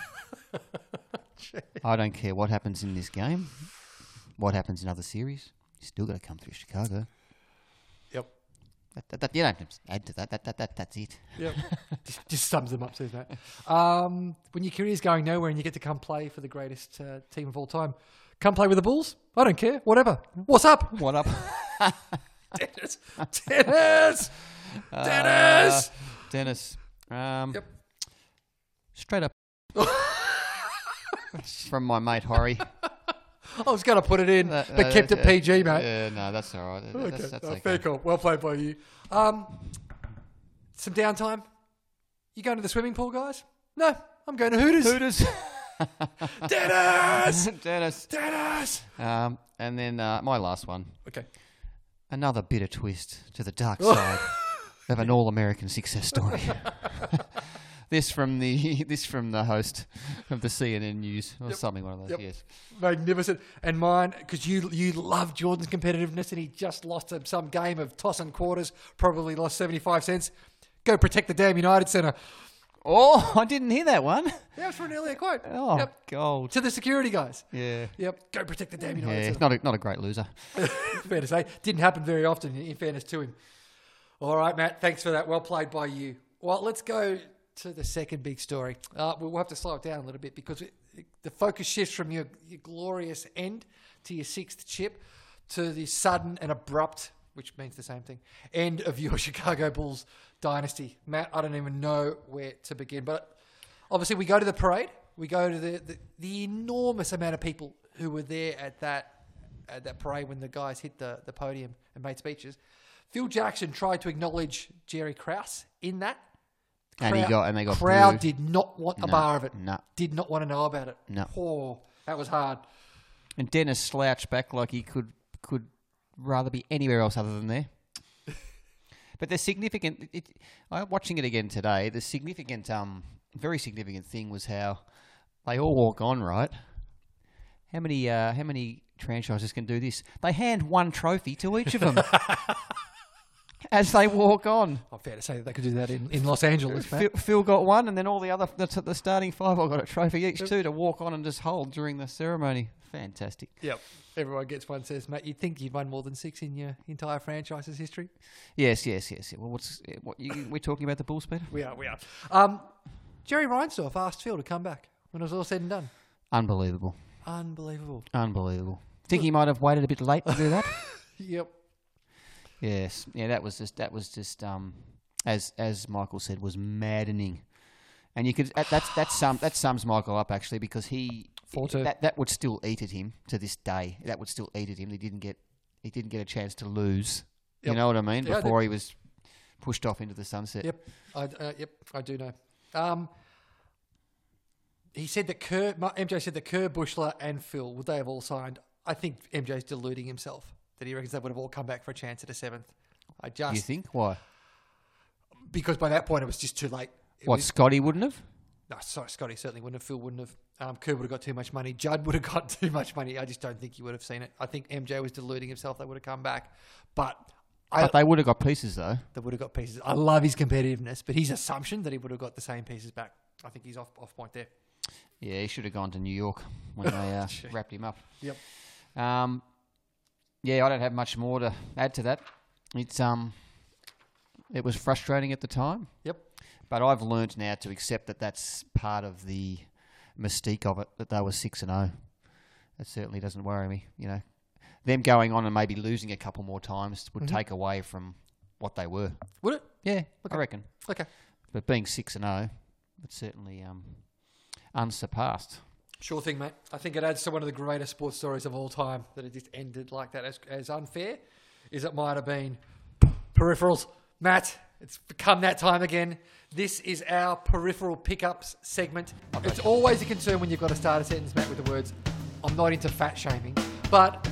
Speaker 1: I don't care what happens in this game, what happens in other series. You still got to come through Chicago.
Speaker 3: Yep.
Speaker 1: That, that, that, you don't have to add to that. That, that, that. That's it.
Speaker 3: Yep. just, just sums them up, says Matt. Um, when your career's going nowhere and you get to come play for the greatest uh, team of all time, come play with the Bulls. I don't care. Whatever. What's up?
Speaker 1: What up?
Speaker 3: Dennis, Dennis, Dennis.
Speaker 1: Dennis. Um,
Speaker 3: Yep.
Speaker 1: Straight up. From my mate Horry.
Speaker 3: Uh, I was going to put it in,
Speaker 1: That-
Speaker 3: but
Speaker 1: uh,
Speaker 3: kept it
Speaker 1: uh,
Speaker 3: PG, mate.
Speaker 1: Yeah, no, that's all right.
Speaker 3: Okay,
Speaker 1: That's, that's
Speaker 3: no,
Speaker 1: okay.
Speaker 3: fair call. Well played by you. Um, some downtime. You going to the swimming pool, guys? No, I'm going to Hooters.
Speaker 1: Hooters.
Speaker 3: Dennis,
Speaker 1: Dennis.
Speaker 3: Dennis.
Speaker 1: Um, and then uh, my last one.
Speaker 3: Okay.
Speaker 1: Another bitter twist to the dark side of an all-American success story. this from the this from the host of the CNN News or something one of those.
Speaker 3: Yep.
Speaker 1: Yes.
Speaker 3: Magnificent. And mine, because you you love Jordan's competitiveness, and he just lost to some game of toss and quarters. Probably lost seventy five cents. Go protect the damn United Centre.
Speaker 1: Oh, I didn't hear that one.
Speaker 3: That was for an earlier quote.
Speaker 1: Oh,
Speaker 3: Yep.
Speaker 1: gold.
Speaker 3: To the security guys.
Speaker 1: Yeah.
Speaker 3: Yep. Go protect the damn
Speaker 1: Yeah,
Speaker 3: United
Speaker 1: it's
Speaker 3: Centre.
Speaker 1: not a, not a great loser.
Speaker 3: Fair to say. eh? Didn't happen very often, in fairness to him. All right, Matt. Thanks for that. Well played by you. Well, let's go to the second big story. Uh, we'll have to slow it down a little bit because it, it- the focus shifts from your, your glorious end to your sixth chip to the sudden and abrupt, which means the same thing, end of your Chicago Bulls dynasty. Matt, I don't even know where to begin, but obviously we go to the parade. We go to the, the, the enormous amount of people who were there at that at uh, that parade when the guys hit the, the podium and made speeches. Phil Jackson tried to acknowledge Jerry Krause in that.
Speaker 1: And he got- and they got
Speaker 3: crowd
Speaker 1: booed.
Speaker 3: did not want a bar of it.
Speaker 1: no.
Speaker 3: Did not want to know about it.
Speaker 1: No.
Speaker 3: Oh, that was hard.
Speaker 1: And Dennis slouched back like he could could rather be anywhere else other than there. but the significant, it, I watching it again today. The significant, um, very significant thing was how they all walk on, right? How many, uh, how many franchises can do this? They hand one trophy to each of them as they walk on.
Speaker 3: I'm Oh, fair to say that they could do that in, in Los Angeles, Matt.
Speaker 1: Phil, Phil got one, and then all the other the, the starting five all got a trophy each too to walk on and just hold during the ceremony. Fantastic.
Speaker 3: Yep. Everyone gets one, says, Matt, you'd think you've won more than six in your entire franchise's history.
Speaker 1: Yes, yes, yes. Well, what's eh, what you, we're talking about the Bulls, Peter?
Speaker 3: We are, we are. Um, Jerry Reinsdorf asked Phil to come back when it was all said and done.
Speaker 1: Unbelievable,
Speaker 3: Unbelievable.
Speaker 1: unbelievable. Think he might have waited a bit late to do that?
Speaker 3: Yep.
Speaker 1: yes, yeah. That was just that was just um, as as Michael said, was maddening. And you could that, that's that sum that sums Michael up actually because he
Speaker 3: Four two.
Speaker 1: that that would still eat at him to this day. That would still eat at him. He didn't get he didn't get a chance to lose. You
Speaker 3: Yep.
Speaker 1: know what I mean?
Speaker 3: Yeah, I did.
Speaker 1: Before he was pushed off into the sunset.
Speaker 3: Yep, I uh, yep I do know. Um, he said that Kerr, Ma- MJ said that Kerr, Bushler, and Phil would they have all signed? I think MJ's deluding himself that he reckons they would have all come back for a chance at a seventh. I just
Speaker 1: You think why?
Speaker 3: because by that point it was just too late. It
Speaker 1: What
Speaker 3: was-
Speaker 1: Scotty wouldn't have?
Speaker 3: no, sorry, Scotty certainly wouldn't have. Phil wouldn't have. Um, Kerr would have got too much money. Judd would have got too much money. I just don't think he would have seen it. I think MJ was deluding himself. They would have come back, but I,
Speaker 1: But they would have got pieces though.
Speaker 3: that would have got pieces. I love his competitiveness, but his assumption that he would have got the same pieces back. I think he's off off point there.
Speaker 1: Yeah, he should have gone to New York when they uh, wrapped him up.
Speaker 3: Yep.
Speaker 1: Um, yeah, I don't have much more to add to that. It's um, it was frustrating at the time,
Speaker 3: Yep.
Speaker 1: but I've learned now to accept that that's part of the mystique of it that they were six and zero. That certainly doesn't worry me. You know, them going on and maybe losing a couple more times
Speaker 3: Mm-hmm.
Speaker 1: would take away from what they were.
Speaker 3: Would it?
Speaker 1: Yeah, I reckon.
Speaker 3: Okay.
Speaker 1: But being six and zero, it's certainly um, unsurpassed.
Speaker 3: Sure thing, mate. I think it adds to one of the greatest sports stories of all time that it just ended like that. As, as unfair as it might have been. Peripherals. Matt, it's become that time again. This is our peripheral pickups segment. It's always a concern when you've got to start a sentence, Matt, with the words, I'm not into fat shaming, but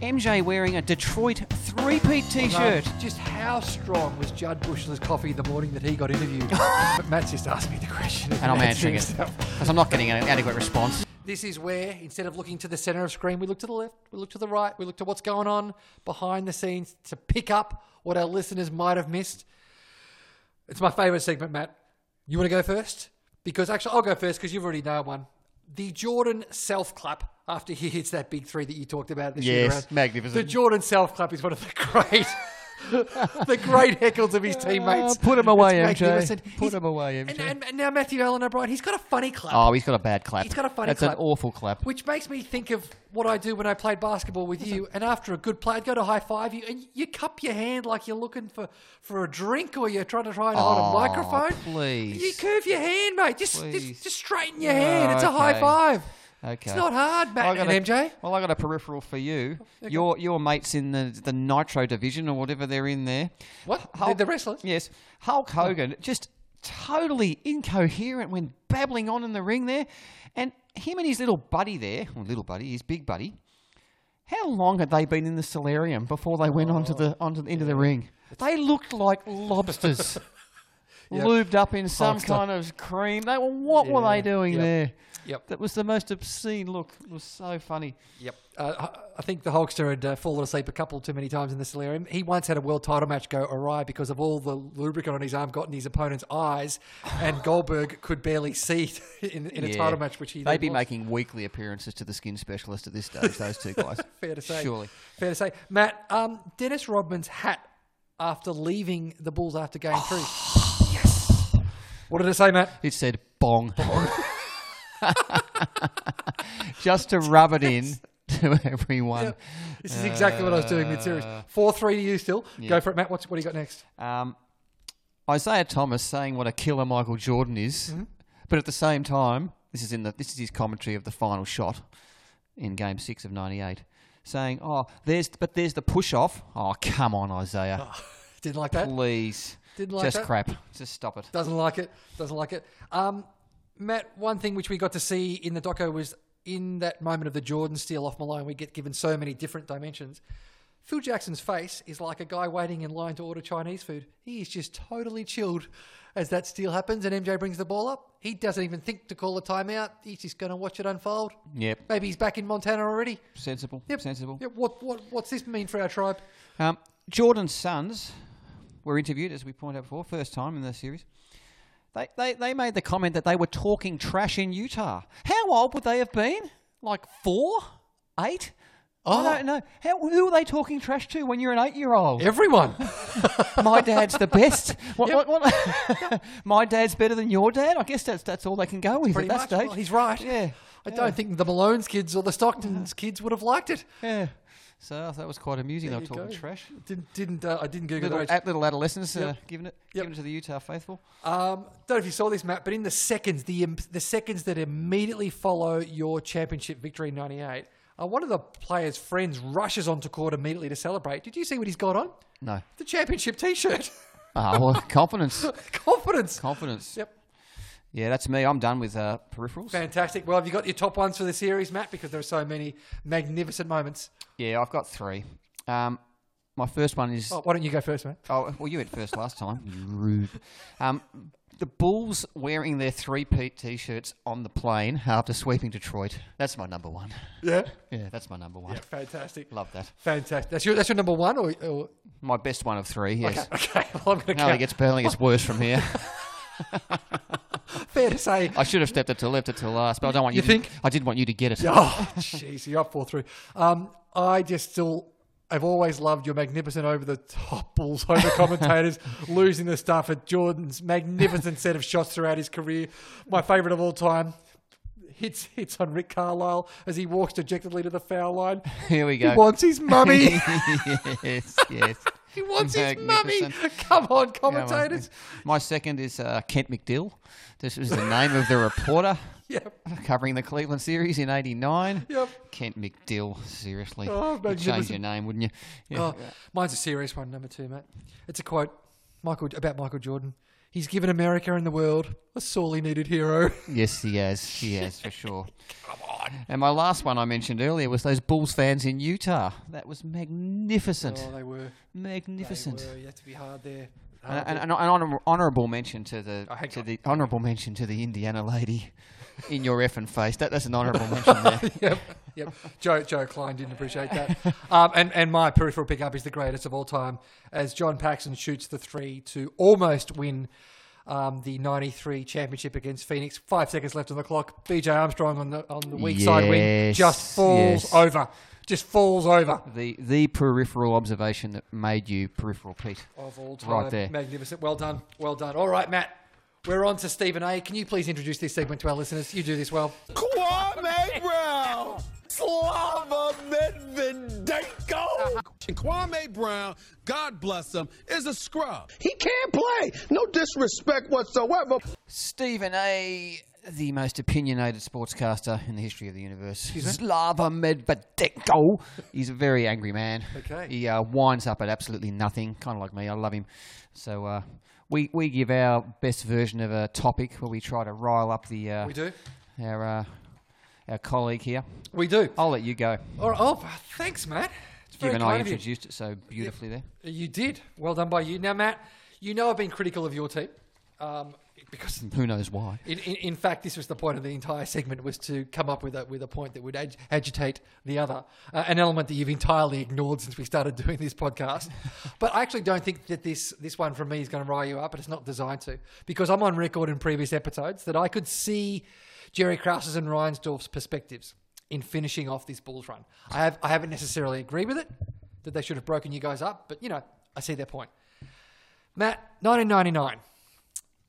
Speaker 1: MJ wearing a Detroit three-peat T-shirt.
Speaker 3: No, um, just how strong was Judd Bushler's coffee the morning that he got interviewed? but Matt's just asked me the question.
Speaker 1: And I'm answering it because I'm not getting an adequate response.
Speaker 3: This is where, instead of looking to the center of screen, we look to the left, we look to the right, we look to what's going on behind the scenes to pick up what our listeners might have missed. It's my favorite segment, Matt. You want to go first? Because actually, I'll go first because you've already known one. The Jordan self clap after he hits that big three that you talked about. This year
Speaker 1: Yes,
Speaker 3: around.
Speaker 1: magnificent.
Speaker 3: The Jordan self clap is one of the great the great heckles of his teammates.
Speaker 1: Ah, put him away, MJ.
Speaker 3: It's magnificent.
Speaker 1: Put him away,
Speaker 3: And,
Speaker 1: MJ.
Speaker 3: and, and now Matthew Allen O'Brien, he's got a funny clap.
Speaker 1: Oh, he's got a bad clap.
Speaker 3: He's got a funny
Speaker 1: That's
Speaker 3: clap.
Speaker 1: an awful clap.
Speaker 3: Which makes me think of what I do when I played basketball with you. And after a good play, I'd go to high five you, and you cup your hand like you're looking for, for a drink or you're trying to try and
Speaker 1: Oh,
Speaker 3: hold a microphone.
Speaker 1: please.
Speaker 3: You curve your hand, mate. Just
Speaker 1: Please. Oh,
Speaker 3: just, just straighten your hand. It's a
Speaker 1: Okay.
Speaker 3: high five.
Speaker 1: Okay.
Speaker 3: It's not hard, Matt
Speaker 1: got
Speaker 3: and
Speaker 1: a-
Speaker 3: MJ.
Speaker 1: Well, I got a peripheral for you. Your your mates in the the Nitro division or whatever they're in there.
Speaker 3: What? They're the wrestlers?
Speaker 1: Yes. Hulk Hogan just totally incoherent when babbling on in the ring there, and him and his little buddy there, well, little buddy, his big buddy. How long had they been in the solarium before they went onto the onto the, into the ring? They looked like lobsters. Lubed up in some
Speaker 3: Hulkster.
Speaker 1: kind of cream. They were, what were they
Speaker 3: Yeah.
Speaker 1: doing
Speaker 3: Yep.
Speaker 1: there?
Speaker 3: Yep.
Speaker 1: That was the most obscene look. It was so funny.
Speaker 3: Yep. Uh, I- I think the Hulkster had uh, fallen asleep a couple too many times in the solarium. He once had a world title match go awry because of all the lubricant on his arm got in his opponent's eyes, and Goldberg could barely see in, in a
Speaker 1: Yeah.
Speaker 3: title match, which he
Speaker 1: They'd
Speaker 3: then
Speaker 1: be
Speaker 3: lost.
Speaker 1: making weekly appearances to the skin specialist at this stage. Those two guys.
Speaker 3: Fair to say.
Speaker 1: Surely.
Speaker 3: Fair to say. Matt, um, Dennis Rodman's hat after leaving the Bulls after game three. yes. What did it say, Matt?
Speaker 1: It said bong. Just to rub it in to everyone.
Speaker 3: This is exactly what I was doing mid series. 4 3 to you still. Go for it, Matt. What's, what do you got next?
Speaker 1: Um, Isaiah Thomas saying what a killer Michael Jordan is,
Speaker 3: Mm-hmm.
Speaker 1: but at the same time, this is in the this is his commentary of the final shot in Game Six of '98, saying, "Oh, there's but there's the push off. Oh, come on, Isaiah,
Speaker 3: Didn't like that?
Speaker 1: please,
Speaker 3: Oh. Didn't like
Speaker 1: just
Speaker 3: that?
Speaker 1: crap, just stop it."
Speaker 3: Doesn't like it. Doesn't like it. Um, Matt, one thing which we got to see in the doco was in that moment of the Jordan steal off Malone, we get given so many different dimensions. Phil Jackson's face is like a guy waiting in line to order Chinese food. He is just totally chilled as that steal happens and MJ brings the ball up. He doesn't even think to call a timeout. He's just going to watch it unfold.
Speaker 1: Yep,
Speaker 3: Maybe he's back in Montana already.
Speaker 1: sensible,
Speaker 3: Yep.
Speaker 1: sensible.
Speaker 3: Yep. What, what, what's this mean for our tribe?
Speaker 1: Um, Jordan's sons were interviewed, as we pointed out before, first time in the series. They, they, they made the comment that they were talking trash in Utah. How old would they have been? Like four? Eight?
Speaker 3: Oh.
Speaker 1: I don't know. How, who are they talking trash to when you're an eight year old?
Speaker 3: Everyone.
Speaker 1: My dad's the best. What, what, what? My dad's better than your dad? I guess that's, that's all they can go with
Speaker 3: Pretty
Speaker 1: at that
Speaker 3: much.
Speaker 1: stage.
Speaker 3: Well, he's right.
Speaker 1: Yeah.
Speaker 3: I don't think the Malone's kids or the Stockton's kids would have liked it.
Speaker 1: Yeah. So I thought that was quite amusing. They were
Speaker 3: you
Speaker 1: talking
Speaker 3: go.
Speaker 1: trash.
Speaker 3: Didn't didn't uh, I didn't Google
Speaker 1: Little,
Speaker 3: that.
Speaker 1: at little adolescents uh,
Speaker 3: Yep.
Speaker 1: giving it
Speaker 3: Yep.
Speaker 1: giving it to the Utah faithful.
Speaker 3: Um, don't know if you saw this, Matt, but in the seconds, the im- the seconds that immediately follow your championship victory in '98, uh, one of the players' friends rushes onto court immediately to celebrate. Did you see what he's got on?
Speaker 1: No.
Speaker 3: The championship T-shirt.
Speaker 1: Ah, well, confidence.
Speaker 3: Confidence.
Speaker 1: Confidence.
Speaker 3: Yep.
Speaker 1: Yeah, that's me. I'm done with uh, peripherals.
Speaker 3: Fantastic. Well, have you got your top ones for the series, Matt? Because there are so many magnificent moments.
Speaker 1: Yeah, I've got three. Um, my first one is.
Speaker 3: Oh,
Speaker 1: Oh,
Speaker 3: why don't you go first, Matt?
Speaker 1: well, you went first last time. You rude. Um, the Bulls wearing their three-peat T-shirts on the plane after sweeping Detroit. That's my number one.
Speaker 3: Yeah.
Speaker 1: Yeah, that's my number one.
Speaker 3: Fantastic.
Speaker 1: Love that.
Speaker 3: Fantastic. That's your that's your number one, or, or
Speaker 1: My best one of three. Yes.
Speaker 3: okay. Well, I'm going to
Speaker 1: Now it
Speaker 3: count.
Speaker 1: gets better. It gets worse from here.
Speaker 3: Fair to say,
Speaker 1: I should have stepped it to left it to last, but I don't want you.
Speaker 3: You
Speaker 1: to-
Speaker 3: think?
Speaker 1: I didn't want you to get it.
Speaker 3: Oh, jeez, you're up four through. Um, I just still, I've always loved your magnificent over the top bulls over commentators losing the stuff at Jordan's magnificent set of shots throughout his career. My favourite of all time. Hits hits on Rick Carlisle as he walks dejectedly to the foul line.
Speaker 1: Here we
Speaker 3: He
Speaker 1: go.
Speaker 3: wants his mummy.
Speaker 1: yes. Yes.
Speaker 3: he wants his mummy.
Speaker 1: Magnificent.
Speaker 3: Come on,
Speaker 1: Yeah, well,
Speaker 3: commentators.
Speaker 1: My second is uh, Kent McDill. This was the name of the reporter
Speaker 3: Yep.
Speaker 1: covering the Cleveland series in '89.
Speaker 3: Yep.
Speaker 1: Kent McDill. Seriously,
Speaker 3: Oh,
Speaker 1: you'd change your
Speaker 3: magnificent.
Speaker 1: name, wouldn't you? Yeah.
Speaker 3: Oh, mine's a serious one, number two, mate. It's a quote Michael about Michael Jordan. He's given America and the world a sorely needed hero.
Speaker 1: Yes, he has. He has for sure. Come on. And my last one I mentioned earlier was those Bulls fans in Utah. That was magnificent,
Speaker 3: Oh, they were.
Speaker 1: magnificent.
Speaker 3: They were. You had to be hard there. Hard
Speaker 1: And, and,
Speaker 3: there.
Speaker 1: and an honor- honourable mention to the
Speaker 3: Oh, hang
Speaker 1: to
Speaker 3: on.
Speaker 1: the honourable mention to the Indiana lady in your effing face. That, that's an honourable mention there.
Speaker 3: yep, yep. Joe, Joe Klein didn't appreciate that. Um, and, and my peripheral pickup is the greatest of all time as John Paxson shoots the three to almost win um, the 93 championship against Phoenix. Five seconds left on the clock. BJ Armstrong on the, on the weak side wing
Speaker 1: Yes,
Speaker 3: just falls
Speaker 1: yes.
Speaker 3: over. Just falls over.
Speaker 1: The the peripheral observation that made you peripheral, Pete.
Speaker 3: Of all time.
Speaker 1: Right there.
Speaker 3: Magnificent. Well done. Well done. All right, Matt. We're on to Stephen A. Can you please introduce this segment to our listeners? You do this well.
Speaker 2: Kwame Brown, Slava Medvedenko.
Speaker 5: And Kwame Brown, God bless him, is a scrub.
Speaker 6: He can't play. No disrespect whatsoever.
Speaker 1: Stephen A., the most opinionated sportscaster in the history of the universe. Slava Medvedenko. He's a very angry man.
Speaker 3: Okay.
Speaker 1: He uh, winds up at absolutely nothing, kind of like me. I love him. So uh, we, we give our best version of a topic where we try to rile up the uh,
Speaker 3: We do.
Speaker 1: our uh, our colleague here.
Speaker 3: We do.
Speaker 1: I'll let you go,
Speaker 3: All right. Oh, thanks, Matt. It's very
Speaker 1: given
Speaker 3: kind
Speaker 1: I
Speaker 3: of you.
Speaker 1: introduced it so beautifully there.
Speaker 3: You did. Well done by you. Now, Matt, you know I've been critical of your team um, because,
Speaker 1: Who knows why?
Speaker 3: in, in, in fact, this was the point of the entire segment was to come up with a, with a point that would ag- agitate the other, uh, an element that you've entirely ignored since we started doing this podcast. but I actually don't think that this this one from me is going to rile you up, and it's not designed to, because I'm on record in previous episodes that I could see Jerry Krause's and Reinsdorf's perspectives in finishing off this Bulls run. I, have, I haven't necessarily agreed with it that they should have broken you guys up, but you know, I see their point. Matt, 1999,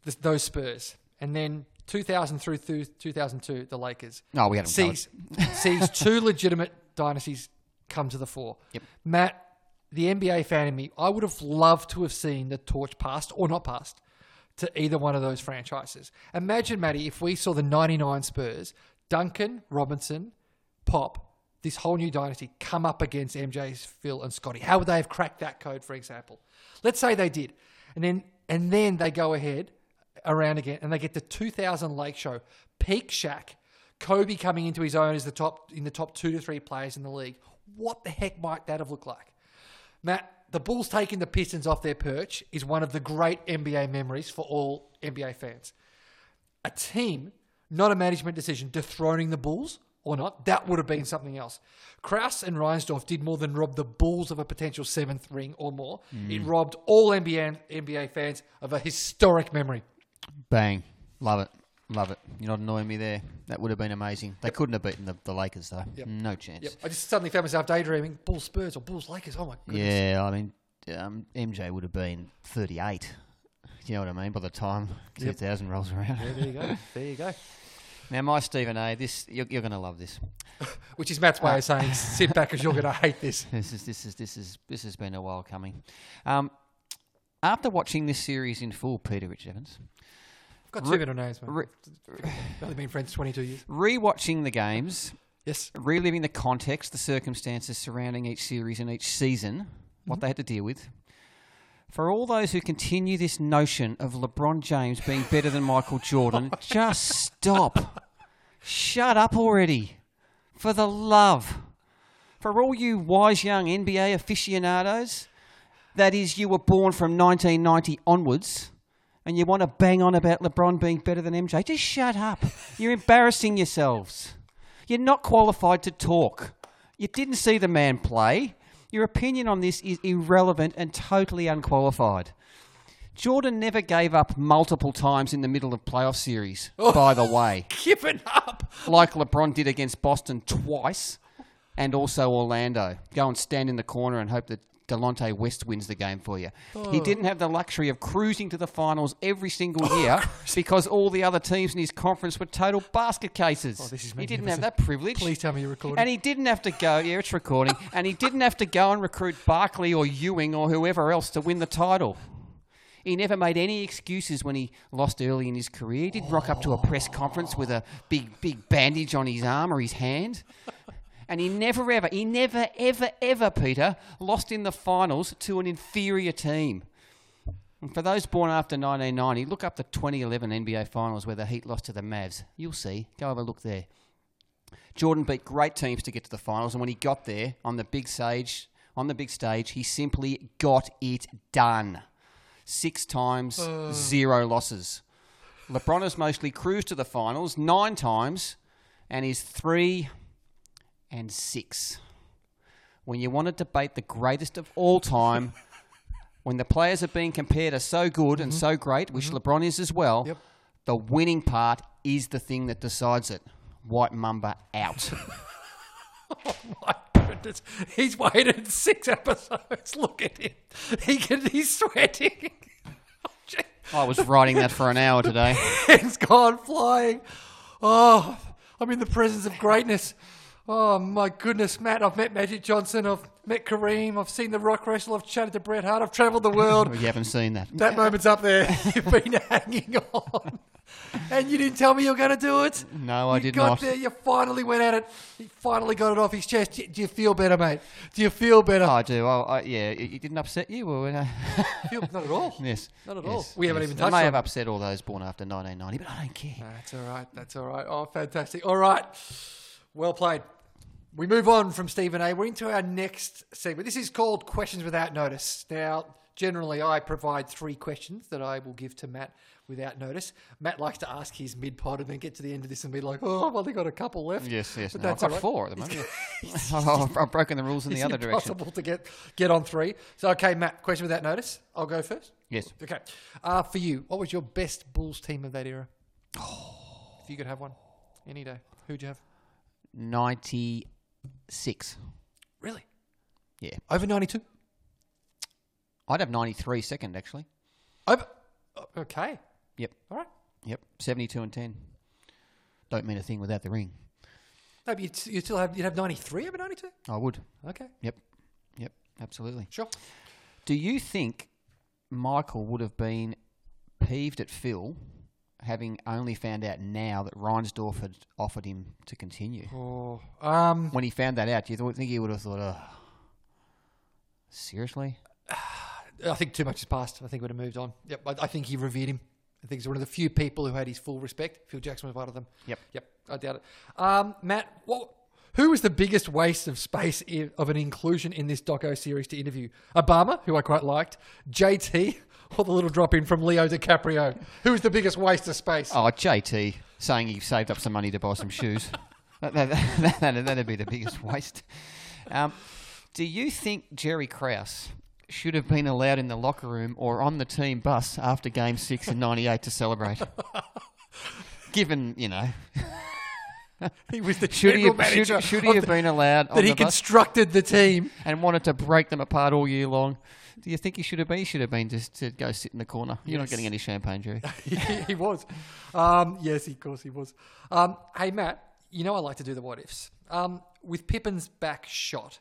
Speaker 3: th- those Spurs, and then 2000 through th- 2002, the Lakers.
Speaker 1: No, we had 'em
Speaker 3: sees sees two legitimate dynasties come to the fore. Yep. Matt, the NBA fan in me, I would have loved to have seen the torch passed or not passed to either one of those franchises. Imagine, Matty, if we saw the 99 Spurs, Duncan, Robinson, Pop, this whole new dynasty come up against MJ's Phil and Scotty. How would they have cracked that code, for example? Let's say they did. And then and then they go ahead around again and they get the 2000 Lake Show, peak Shaq, Kobe coming into his own as the top in the top 2 to 3 players in the league. What the heck might that have looked like? Matt, the Bulls taking the Pistons off their perch is one of the great NBA memories for all NBA fans. A team, not a management decision, dethroning the Bulls or not, that would have been something else. Kraus and Reinsdorf did more than rob the Bulls of a potential seventh ring or more. It robbed all NBA, NBA fans of a historic memory.
Speaker 1: Bang. Love it. Love it. You're not annoying me there. That would have been amazing. They couldn't have beaten the, the Lakers, though. No chance.
Speaker 3: Yep. I just suddenly found myself daydreaming Bulls Spurs or Bulls Lakers. Oh my goodness.
Speaker 1: Yeah, I mean, um, MJ would have been 38. You know what I mean? By the time 2000 rolls around.
Speaker 3: There you go. There you go.
Speaker 1: Now, my Stephen A, this you're, you're going to love this.
Speaker 3: Which is Matt's way of saying, sit back because you're going to hate this.
Speaker 1: This is this is this is this has been a while coming. Um, after watching this series in full, Peter Rich Evans,
Speaker 3: I've got two
Speaker 1: Re-
Speaker 3: middle names, man.
Speaker 1: re-
Speaker 3: I've only been friends 22 years.
Speaker 1: rewatching the games,
Speaker 3: Yes.
Speaker 1: reliving the context, the circumstances surrounding each series and each season, what they had to deal with. For all those who continue this notion of LeBron James being better than Michael Jordan, just stop. Shut up already. For the love. For all you wise young NBA aficionados, that is, you were born from 1990 onwards, and you want to bang on about LeBron being better than MJ, just shut up. You're embarrassing yourselves. You're not qualified to talk. You didn't see the man play. Your opinion on this is irrelevant and totally unqualified. Jordan never gave up multiple times in the middle of playoff series,
Speaker 3: Oh.
Speaker 1: by the way
Speaker 3: Kipping up.
Speaker 1: like LeBron did against Boston twice, and also Orlando. Go and stand in the corner and hope that Delonte West wins the game for you.
Speaker 3: Oh.
Speaker 1: He didn't have the luxury of cruising to the finals every single year because all the other teams in his conference were total basket cases.
Speaker 3: Oh, this is
Speaker 1: he didn't
Speaker 3: magnificent.
Speaker 1: have that privilege.
Speaker 3: Please tell me you're recording.
Speaker 1: And he didn't have to go. Yeah, it's recording. and he didn't have to go and recruit Barkley or Ewing or whoever else to win the title. He never made any excuses when he lost early in his career. He didn't rock up to a press conference with a big, big bandage on his arm or his hand. And he never ever, he never, ever, ever, Peter, lost in the finals to an inferior team. And for those born after 1990, look up the 2011 NBA Finals where the Heat lost to the Mavs. You'll see. Go have a look there. Jordan beat great teams to get to the finals, and when he got there on the big stage, on the big stage, he simply got it done. Six times, zero losses. LeBron has mostly cruised to the finals nine times, and is three and six. When you want to debate the greatest of all time, when the players are being compared are so good and so great, which LeBron is as well,
Speaker 3: Yep.
Speaker 1: the winning part is the thing that decides it. White Mamba out.
Speaker 3: My goodness, he's waited six episodes. Look at him. He can, he's sweating.
Speaker 1: I was writing that for an hour today.
Speaker 3: It's gone flying. Oh, I'm in the presence of greatness. Oh my goodness, Matt! I've met Magic Johnson. I've met Kareem. I've seen The Rock Wrestle. I've chatted to Bret Hart. I've travelled the world.
Speaker 1: You haven't seen that.
Speaker 3: That moment's up there. You've been hanging on. And you didn't tell me you were going to do it.
Speaker 1: No, I
Speaker 3: you
Speaker 1: did
Speaker 3: got
Speaker 1: not.
Speaker 3: there. You finally went at it. You finally got it off his chest. Do do you feel better, mate? Do you feel better?
Speaker 1: I do. Oh, I, I, yeah, it, it didn't upset you. Or, uh,
Speaker 3: feel, not at all.
Speaker 1: yes.
Speaker 3: Not at
Speaker 1: yes,
Speaker 3: all. We haven't
Speaker 1: yes.
Speaker 3: even
Speaker 1: It
Speaker 3: touched
Speaker 1: may
Speaker 3: on
Speaker 1: have
Speaker 3: it.
Speaker 1: upset all those born after 1990, but I don't care.
Speaker 3: That's all right. That's all right. Oh, fantastic. All right. Well played. We move on from Stephen A. We're into our next segment. This is called Questions Without Notice. Now, generally, I provide three questions that I will give to Matt without notice. Matt likes to ask his mid pod and then get to the end of this and be like, oh, I've only got a couple left.
Speaker 1: Yes, yes.
Speaker 3: But
Speaker 1: No, I've
Speaker 3: that's all
Speaker 1: got
Speaker 3: right.
Speaker 1: four at the moment. I've, I've broken the rules in the
Speaker 3: It's
Speaker 1: other direction.
Speaker 3: impossible to get get on three. So, okay, Matt, question without notice. I'll go first.
Speaker 1: Yes.
Speaker 3: Okay. Uh, for you, what was your best Bulls team of that era? If you could have one, any day, who'd you have?
Speaker 1: 96.
Speaker 3: Really?
Speaker 1: Yeah.
Speaker 3: Over 92?
Speaker 1: I'd have 93 second, actually.
Speaker 3: Over. oh, Okay.
Speaker 1: Yep.
Speaker 3: All right.
Speaker 1: Yep. 72 and 10. Don't mean a thing without the ring.
Speaker 3: No, but you'd, s- you'd still have, you'd have 93 over 92?
Speaker 1: I would.
Speaker 3: Okay.
Speaker 1: Yep. Yep. Absolutely.
Speaker 3: Sure.
Speaker 1: Do you think Michael would have been peeved at Phil having only found out now that Reinsdorf had offered him to continue?
Speaker 3: Oh, um,
Speaker 1: When he found that out, do you th- think he would have thought, oh, seriously?
Speaker 3: I think too much has passed. I think we'd have moved on. Yep. I, I think he revered him. I think he's one of the few people who had his full respect. Phil Jackson was one of them.
Speaker 1: Yep.
Speaker 3: Yep. I doubt it. Um, Matt, what, who was the biggest waste of space i of an inclusion in this doco series to interview? Obama, who I quite liked, JT, or the little drop in from Leo DiCaprio. Who was the biggest waste of space?
Speaker 1: Oh, JT saying he saved up some money to buy some shoes. That, that, that, that, that'd be the biggest waste. Um, do you think Jerry Krause should have been allowed in the locker room or on the team bus after game six in 98 to celebrate? Given, you know,
Speaker 3: He was the
Speaker 1: should he
Speaker 3: general
Speaker 1: have,
Speaker 3: manager.
Speaker 1: should, should
Speaker 3: of
Speaker 1: he have
Speaker 3: the-
Speaker 1: been allowed on
Speaker 3: that he
Speaker 1: the bus
Speaker 3: constructed the team.
Speaker 1: and wanted to break them apart all year long? Do you think he should have been? He should have been just to go sit in the corner. You're not getting any champagne, Jerry.
Speaker 3: he, he was. Um, yes, of course he was. Um, hey, Matt, you know I like to do the what ifs. Um, with Pippin's back shot,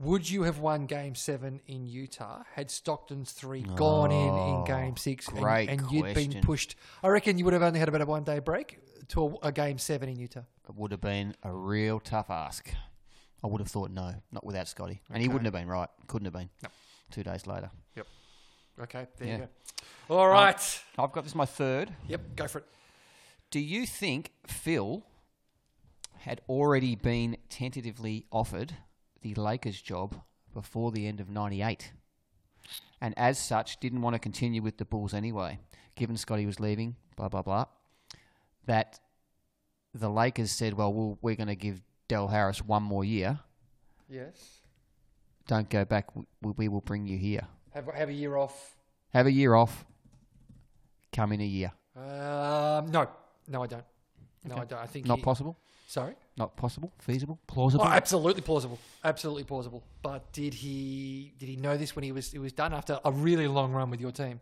Speaker 3: would you have won game seven in Utah had Stockton's three gone in in game six and-
Speaker 1: Oh, great
Speaker 3: and, you'd been
Speaker 1: question.
Speaker 3: pushed? I reckon you would have only had about a one day break to a, a game seven in Utah.
Speaker 1: it would have been a real tough ask. I would have thought no, not without Scotty, and he wouldn't have been right. Couldn't have been. No. Two days later,
Speaker 3: Okay, there
Speaker 1: Yeah. Um,
Speaker 3: you go. All right.
Speaker 1: I've got this is my third.
Speaker 3: yep, go for it.
Speaker 1: Do you think Phil had already been tentatively offered the Lakers job before the end of '98, and as such didn't want to continue with the Bulls anyway, given Scotty was leaving? Blah blah blah. That the Lakers said, "Well, we'll we're going to give Del Harris one more year."
Speaker 3: Yes.
Speaker 1: don't go back. w- We will bring you here.
Speaker 3: Have, have a year off.
Speaker 1: Have a year off. Come in a year.
Speaker 3: Um, no, no, I don't. No, I don't. I think
Speaker 1: Not
Speaker 3: he-
Speaker 1: possible.
Speaker 3: Sorry.
Speaker 1: Not possible. Feasible. Plausible.
Speaker 3: Oh, absolutely plausible. Absolutely plausible. But did he did he know this when he was it was done after a really long run with your team?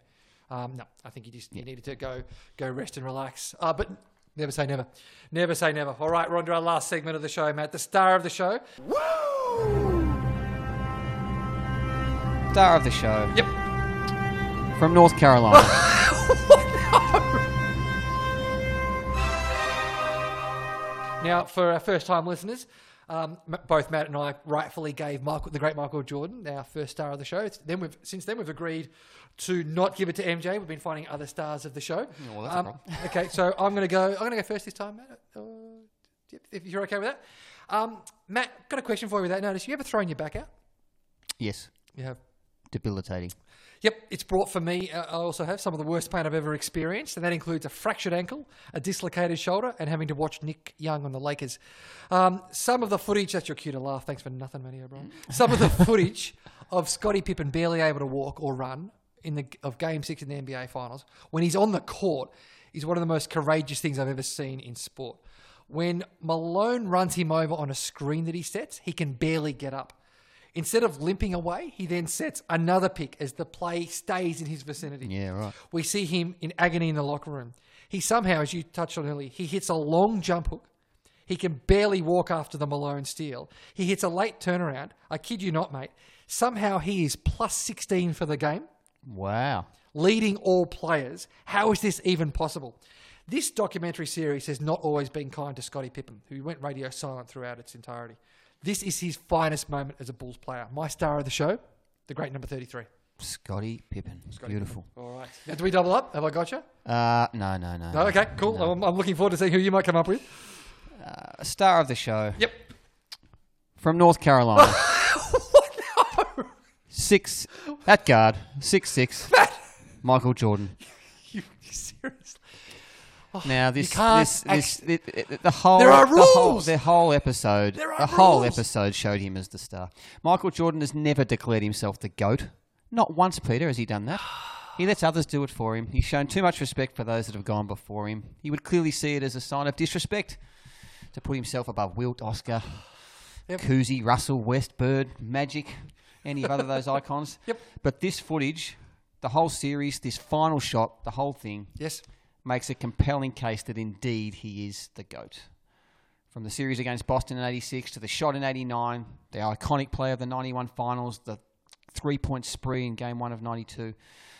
Speaker 3: Um, no, I think he just he needed to go go rest and relax. Uh, but never say never, never say never. All right, we're on to our last segment of the show, Matt, the star of the show.
Speaker 1: Star of the show
Speaker 3: Yep.
Speaker 1: from North Carolina.
Speaker 3: Now, for our first time listeners, um, m- both Matt and I rightfully gave Michael, the great Michael Jordan, our first star of the show. It's- then we've, since then, we've agreed to not give it to MJ. We've been finding other stars of the show. Um,
Speaker 1: well, that's a problem.
Speaker 3: okay, so I'm going to go. I'm going to go first this time, Matt. Uh, if- if you're okay with that, um, Matt, got a question for you. With that notice, you ever thrown your back out?
Speaker 1: yes.
Speaker 3: You have.
Speaker 1: debilitating.
Speaker 3: Yep, it's brought for me. uh, I also have some of the worst pain I've ever experienced, and that includes a fractured ankle, a dislocated shoulder, and having to watch Nick Young on the Lakers. Um, some of the footage, that's your cue to laugh. Thanks for nothing, Matty O'Brien. Some of the footage of Scottie Pippen barely able to walk or run in the of Game Six in the NBA Finals when he's on the court is one of the most courageous things I've ever seen in sport. When Malone runs him over on a screen that he sets, he can barely get up. Instead of limping away, he then sets another pick as the play stays in his vicinity.
Speaker 1: Yeah, right.
Speaker 3: We see him in agony in the locker room. He somehow, as you touched on earlier, he hits a long jump hook. He can barely walk after the Malone steal. He hits a late turnaround. I kid you not, mate. Somehow he is plus 16 for the game
Speaker 1: Wow.
Speaker 3: leading all players. How is this even possible? This documentary series has not always been kind to Scottie Pippen, who went radio silent throughout its entirety. This is his finest moment as a Bulls player. My star of the show, the great number 33.
Speaker 1: Scotty Pippen. Beautiful.
Speaker 3: All right. Now, do we double up? Have I got you?
Speaker 1: Uh, no, no, no.
Speaker 3: No, okay, cool. I'm, I'm looking forward to seeing who you might come up with.
Speaker 1: A Uh, star of the show
Speaker 3: Yep.
Speaker 1: from North Carolina. Six at guard. Six six. Michael Jordan.
Speaker 3: You, seriously? Oh,
Speaker 1: Now this
Speaker 3: can't
Speaker 1: this, this the- the- the whole
Speaker 3: There are
Speaker 1: the whole,
Speaker 3: rules!
Speaker 1: the whole episode
Speaker 3: There are
Speaker 1: the whole
Speaker 3: rules!
Speaker 1: episode showed him as the star. Michael Jordan has never declared himself the goat. Not once, Peter, has he done that. He lets others do it for him. He's shown too much respect for those that have gone before him. He would clearly see it as a sign of disrespect to put himself above Wilt, Oscar,
Speaker 3: Yep.
Speaker 1: Cousy, Russell, West, Bird, Magic, any of other those icons.
Speaker 3: Yep.
Speaker 1: But this footage, the whole series, this final shot, the whole thing,
Speaker 3: Yes.
Speaker 1: makes a compelling case that indeed he is the GOAT. From the series against Boston in 86 to the shot in 89, the iconic play of the 91 finals, the three point spree in game one of 92,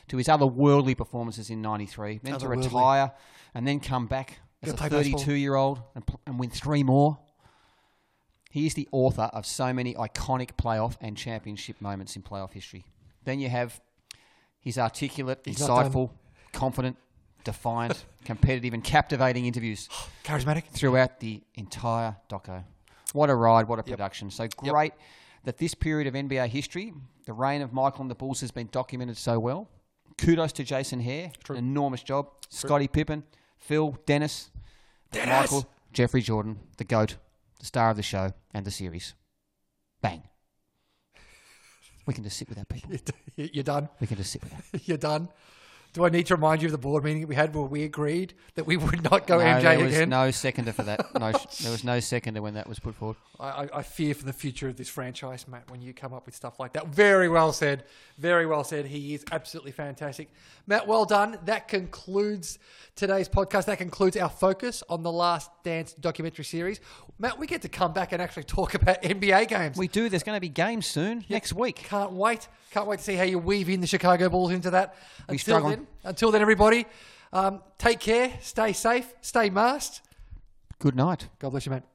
Speaker 1: to his otherworldly performances in 93, then to
Speaker 3: Otherworldly.
Speaker 1: retire and then come back as
Speaker 3: Go
Speaker 1: a
Speaker 3: play baseball.
Speaker 1: 32 year old and, pl- and win three more. He is the author of so many iconic playoff and championship moments in playoff history. Then you have his articulate,
Speaker 3: not done.
Speaker 1: insightful, confident, defiant, competitive, and captivating interviews
Speaker 3: Charismatic.
Speaker 1: throughout the entire doco. What a ride, what a production. So great that this period of NBA history, the reign of Michael and the Bulls, has been documented so well. Kudos to Jason Hare. An enormous job. Scottie Pippen, Phil, Dennis, Michael, Jeffrey Jordan, the GOAT, the star of the show and the series. Bang. We can just sit with that, people.
Speaker 3: You- You're done.
Speaker 1: We can just sit with that.
Speaker 3: You're done. Do I need to remind you of the board meeting that we had where we agreed that we would not go
Speaker 1: No,
Speaker 3: MJ
Speaker 1: there was
Speaker 3: again?
Speaker 1: no seconder for that. No, sh- there was no seconder when that was put forward.
Speaker 3: I, I- I fear for the future of this franchise, Matt, when you come up with stuff like that. Very well said. Very well said. He is absolutely fantastic. Matt, well done. That concludes today's podcast. That concludes our focus on the Last Dance documentary series. Matt, we get to come back and actually talk about NBA games.
Speaker 1: We do. There's going to be games soon next week.
Speaker 3: Can't wait. Can't wait to see how you weave in the Chicago Bulls into that.
Speaker 1: We
Speaker 3: until
Speaker 1: struggle.
Speaker 3: then, until then, everybody, um, take care, stay safe, stay masked.
Speaker 1: Good night.
Speaker 3: God bless you, Matt.